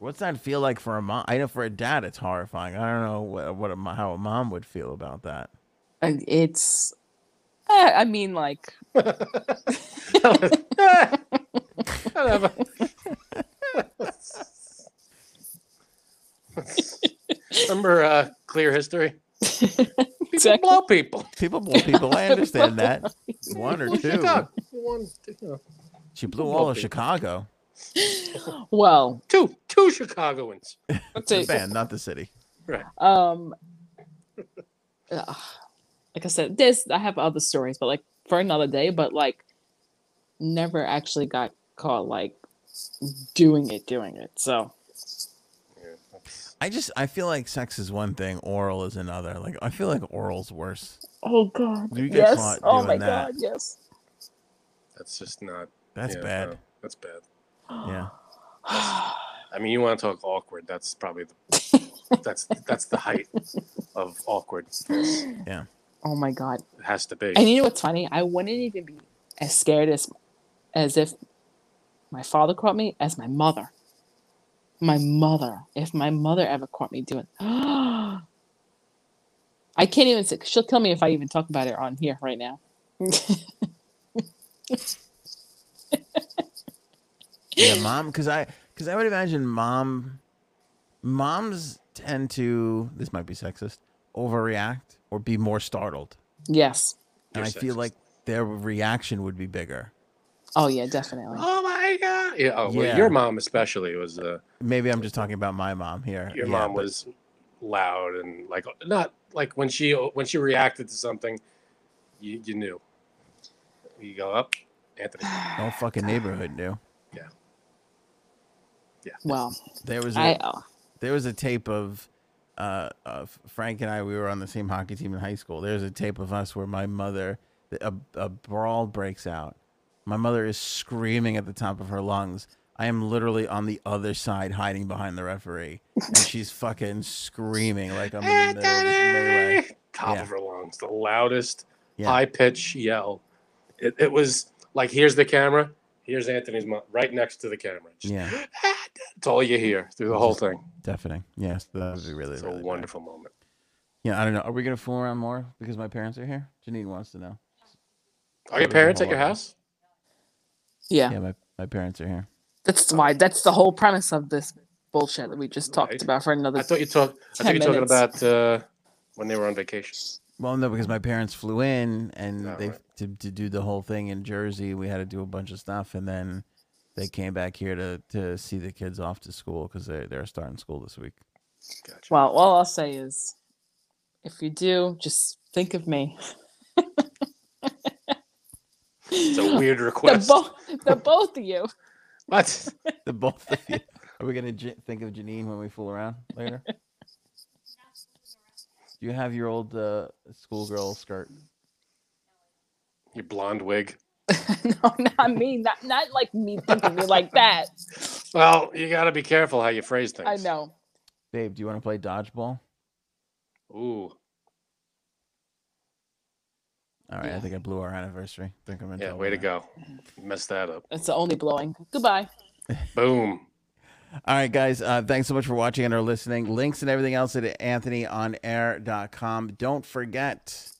Speaker 1: What's that feel like for a mom? I know for a dad, it's horrifying. I don't know what, what a, mo- how a mom would feel about that.
Speaker 3: uh, it's. eh, I I mean, like,
Speaker 2: Oh. Whatever. Remember uh, Clear History? People
Speaker 3: Exactly.
Speaker 2: blow people.
Speaker 1: People blow people. I understand that. One or
Speaker 2: Blow shit
Speaker 1: two.
Speaker 2: up. One, two, you know,
Speaker 1: She blew
Speaker 2: Blow
Speaker 1: all of
Speaker 2: people.
Speaker 1: Chicago.
Speaker 3: well,
Speaker 2: two, two Chicagoans.
Speaker 1: The
Speaker 3: to-
Speaker 1: band, not the city.
Speaker 3: um, ugh, like I said, this I have other stories, but like for another day. But like, never actually got caught like doing it, doing it. So
Speaker 1: I just I feel like sex is one thing, oral is another. Like I feel like oral's worse.
Speaker 3: Oh God!
Speaker 1: You get
Speaker 3: yes.
Speaker 1: caught
Speaker 3: Oh
Speaker 1: doing
Speaker 3: my
Speaker 1: that.
Speaker 3: God! Yes.
Speaker 2: That's just not.
Speaker 1: That's
Speaker 2: yeah,
Speaker 1: bad.
Speaker 2: no, that's bad.
Speaker 1: Yeah.
Speaker 2: I mean, you want to talk awkward? That's probably the, that's that's the height of awkward. It
Speaker 3: Oh my God!
Speaker 2: has to be.
Speaker 3: And you know what's funny? I wouldn't even be as scared as as if my father caught me as my mother. My mother. If my mother ever caught me doing, I can't even. Say, she'll kill me if I even talk about it on here right now.
Speaker 1: Yeah, mom. Because I because I would imagine mom moms tend to this might be sexist overreact or be more startled,
Speaker 3: Yes.
Speaker 1: and
Speaker 2: You're
Speaker 1: I feel
Speaker 2: sexist.
Speaker 1: like their reaction would be bigger.
Speaker 3: Oh yeah, definitely.
Speaker 2: Oh my god! Yeah. Oh,
Speaker 1: Yeah.
Speaker 2: Well, your mom especially was. Uh,
Speaker 1: Maybe I'm just talking about my mom here.
Speaker 2: your
Speaker 1: Yeah,
Speaker 2: mom
Speaker 1: but-
Speaker 2: was loud and like not like when she when she reacted to something, you, you knew. You go up, Anthony.
Speaker 1: no fucking neighborhood knew.
Speaker 3: Well,
Speaker 1: There was a
Speaker 3: I. Oh,
Speaker 1: there was a tape of uh, of Frank and I. We were on the same hockey team in high school. There's a tape of us where my mother a, a brawl breaks out. My mother is screaming at the top of her lungs. I am literally on the other side, hiding behind the referee, and she's fucking screaming like I'm in the middle of this melee.
Speaker 2: Top
Speaker 1: Eh, Yeah.
Speaker 2: of her lungs, the loudest
Speaker 1: Yeah.
Speaker 2: high pitch yell. It, it was like here's the camera, here's Anthony's mom, right next to the camera. Just,
Speaker 1: Yeah,
Speaker 2: It's all you hear through the whole thing.
Speaker 1: deafening. Yes, that would be really,
Speaker 2: It's a
Speaker 1: really bad.
Speaker 2: wonderful moment.
Speaker 1: Yeah, I don't know. Are we gonna fool around more because my parents are here? Janine wants to know.
Speaker 2: Are your
Speaker 1: Totally
Speaker 2: parents at your
Speaker 1: horrible.
Speaker 2: house?
Speaker 1: Yeah,
Speaker 3: yeah.
Speaker 1: my, my parents are here.
Speaker 3: That's why. That's the whole premise of this bullshit that we just talked
Speaker 2: Right.
Speaker 3: about for another.
Speaker 2: I thought you talk. I thought you
Speaker 3: Ten
Speaker 2: were talking about
Speaker 3: minutes.
Speaker 2: uh, when they were on vacation.
Speaker 1: Well, no, because my parents flew in and
Speaker 2: Oh,
Speaker 1: they
Speaker 2: right.
Speaker 1: to, to do the whole thing in Jersey. We had to do a bunch of stuff, and then they came back here to, to see the kids off to school because they they're starting school this week.
Speaker 2: Gotcha.
Speaker 3: Well, all I'll say is, if you do, just think of me.
Speaker 2: It's a weird
Speaker 3: The,
Speaker 2: request.
Speaker 3: bo- the both of you.
Speaker 2: What?
Speaker 1: The both of you. Are we gonna j- think of Janine when we fool around later? Do you have your old uh, schoolgirl skirt?
Speaker 2: Your blonde wig.
Speaker 3: no, not me. Not not like me thinking of you like that.
Speaker 2: Well, you got to be careful how you phrase things.
Speaker 3: I know.
Speaker 1: Babe, do you want to play dodgeball?
Speaker 2: Ooh,
Speaker 1: All right, I
Speaker 3: Yeah.
Speaker 1: think I blew our anniversary. think I'm in
Speaker 2: yeah,
Speaker 1: trouble
Speaker 2: way to
Speaker 1: now.
Speaker 2: go. Messed that up.
Speaker 3: That's the only blowing. Goodbye.
Speaker 2: Boom.
Speaker 1: All right, guys. Uh, thanks so much for watching and or listening. Links and everything else at anthonyonair.com. Don't forget,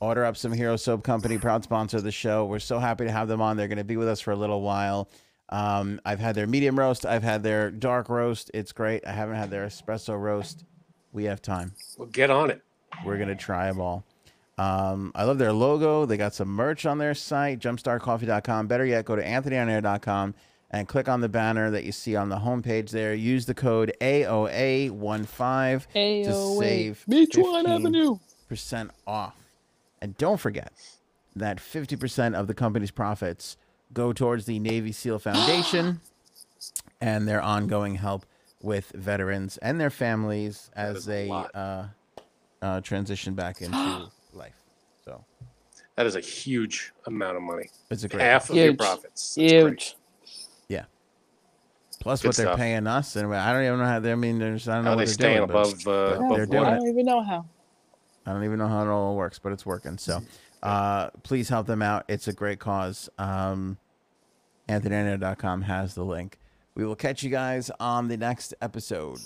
Speaker 1: order up some Hero Soap Company, proud sponsor of the show. We're so happy to have them on. They're going to be with us for a little while. Um, I've had their medium roast, I've had their dark roast. It's great. I haven't had their espresso roast. We have time.
Speaker 2: Well, get on it.
Speaker 1: We're going to try them all. Um, I love their logo. They got some merch on their site, jumpstartcoffee.com. Better yet, go to anthonyonair.com and click on the banner that you see on the homepage there. Use the code AOA15 to save
Speaker 3: Mutual
Speaker 1: 15%
Speaker 3: Avenue.
Speaker 1: off. And don't forget that 50% of the company's profits go towards the Navy SEAL Foundation and their ongoing help with veterans and their families as
Speaker 2: is a
Speaker 1: they
Speaker 2: lot.
Speaker 1: uh, uh, transition back into life. So
Speaker 2: That is a huge amount of money.
Speaker 1: it's a great.
Speaker 2: Half of your
Speaker 3: Huge.
Speaker 2: profits. That's great.
Speaker 3: Huge.
Speaker 1: Yeah. Plus
Speaker 2: Good
Speaker 1: what they're
Speaker 2: stuff.
Speaker 1: paying us, and I don't even know how they. I mean, there's I don't know
Speaker 2: How
Speaker 1: what
Speaker 2: they
Speaker 1: they're
Speaker 2: staying
Speaker 1: doing, but
Speaker 2: above, uh,
Speaker 1: but they're
Speaker 2: above
Speaker 1: doing
Speaker 3: I
Speaker 1: it.
Speaker 3: don't even know how.
Speaker 1: I don't even know how it all works, but it's working. So uh, please help them out. It's a great cause. Um, AnthonyAnno.com has the link. We will catch you guys on the next episode.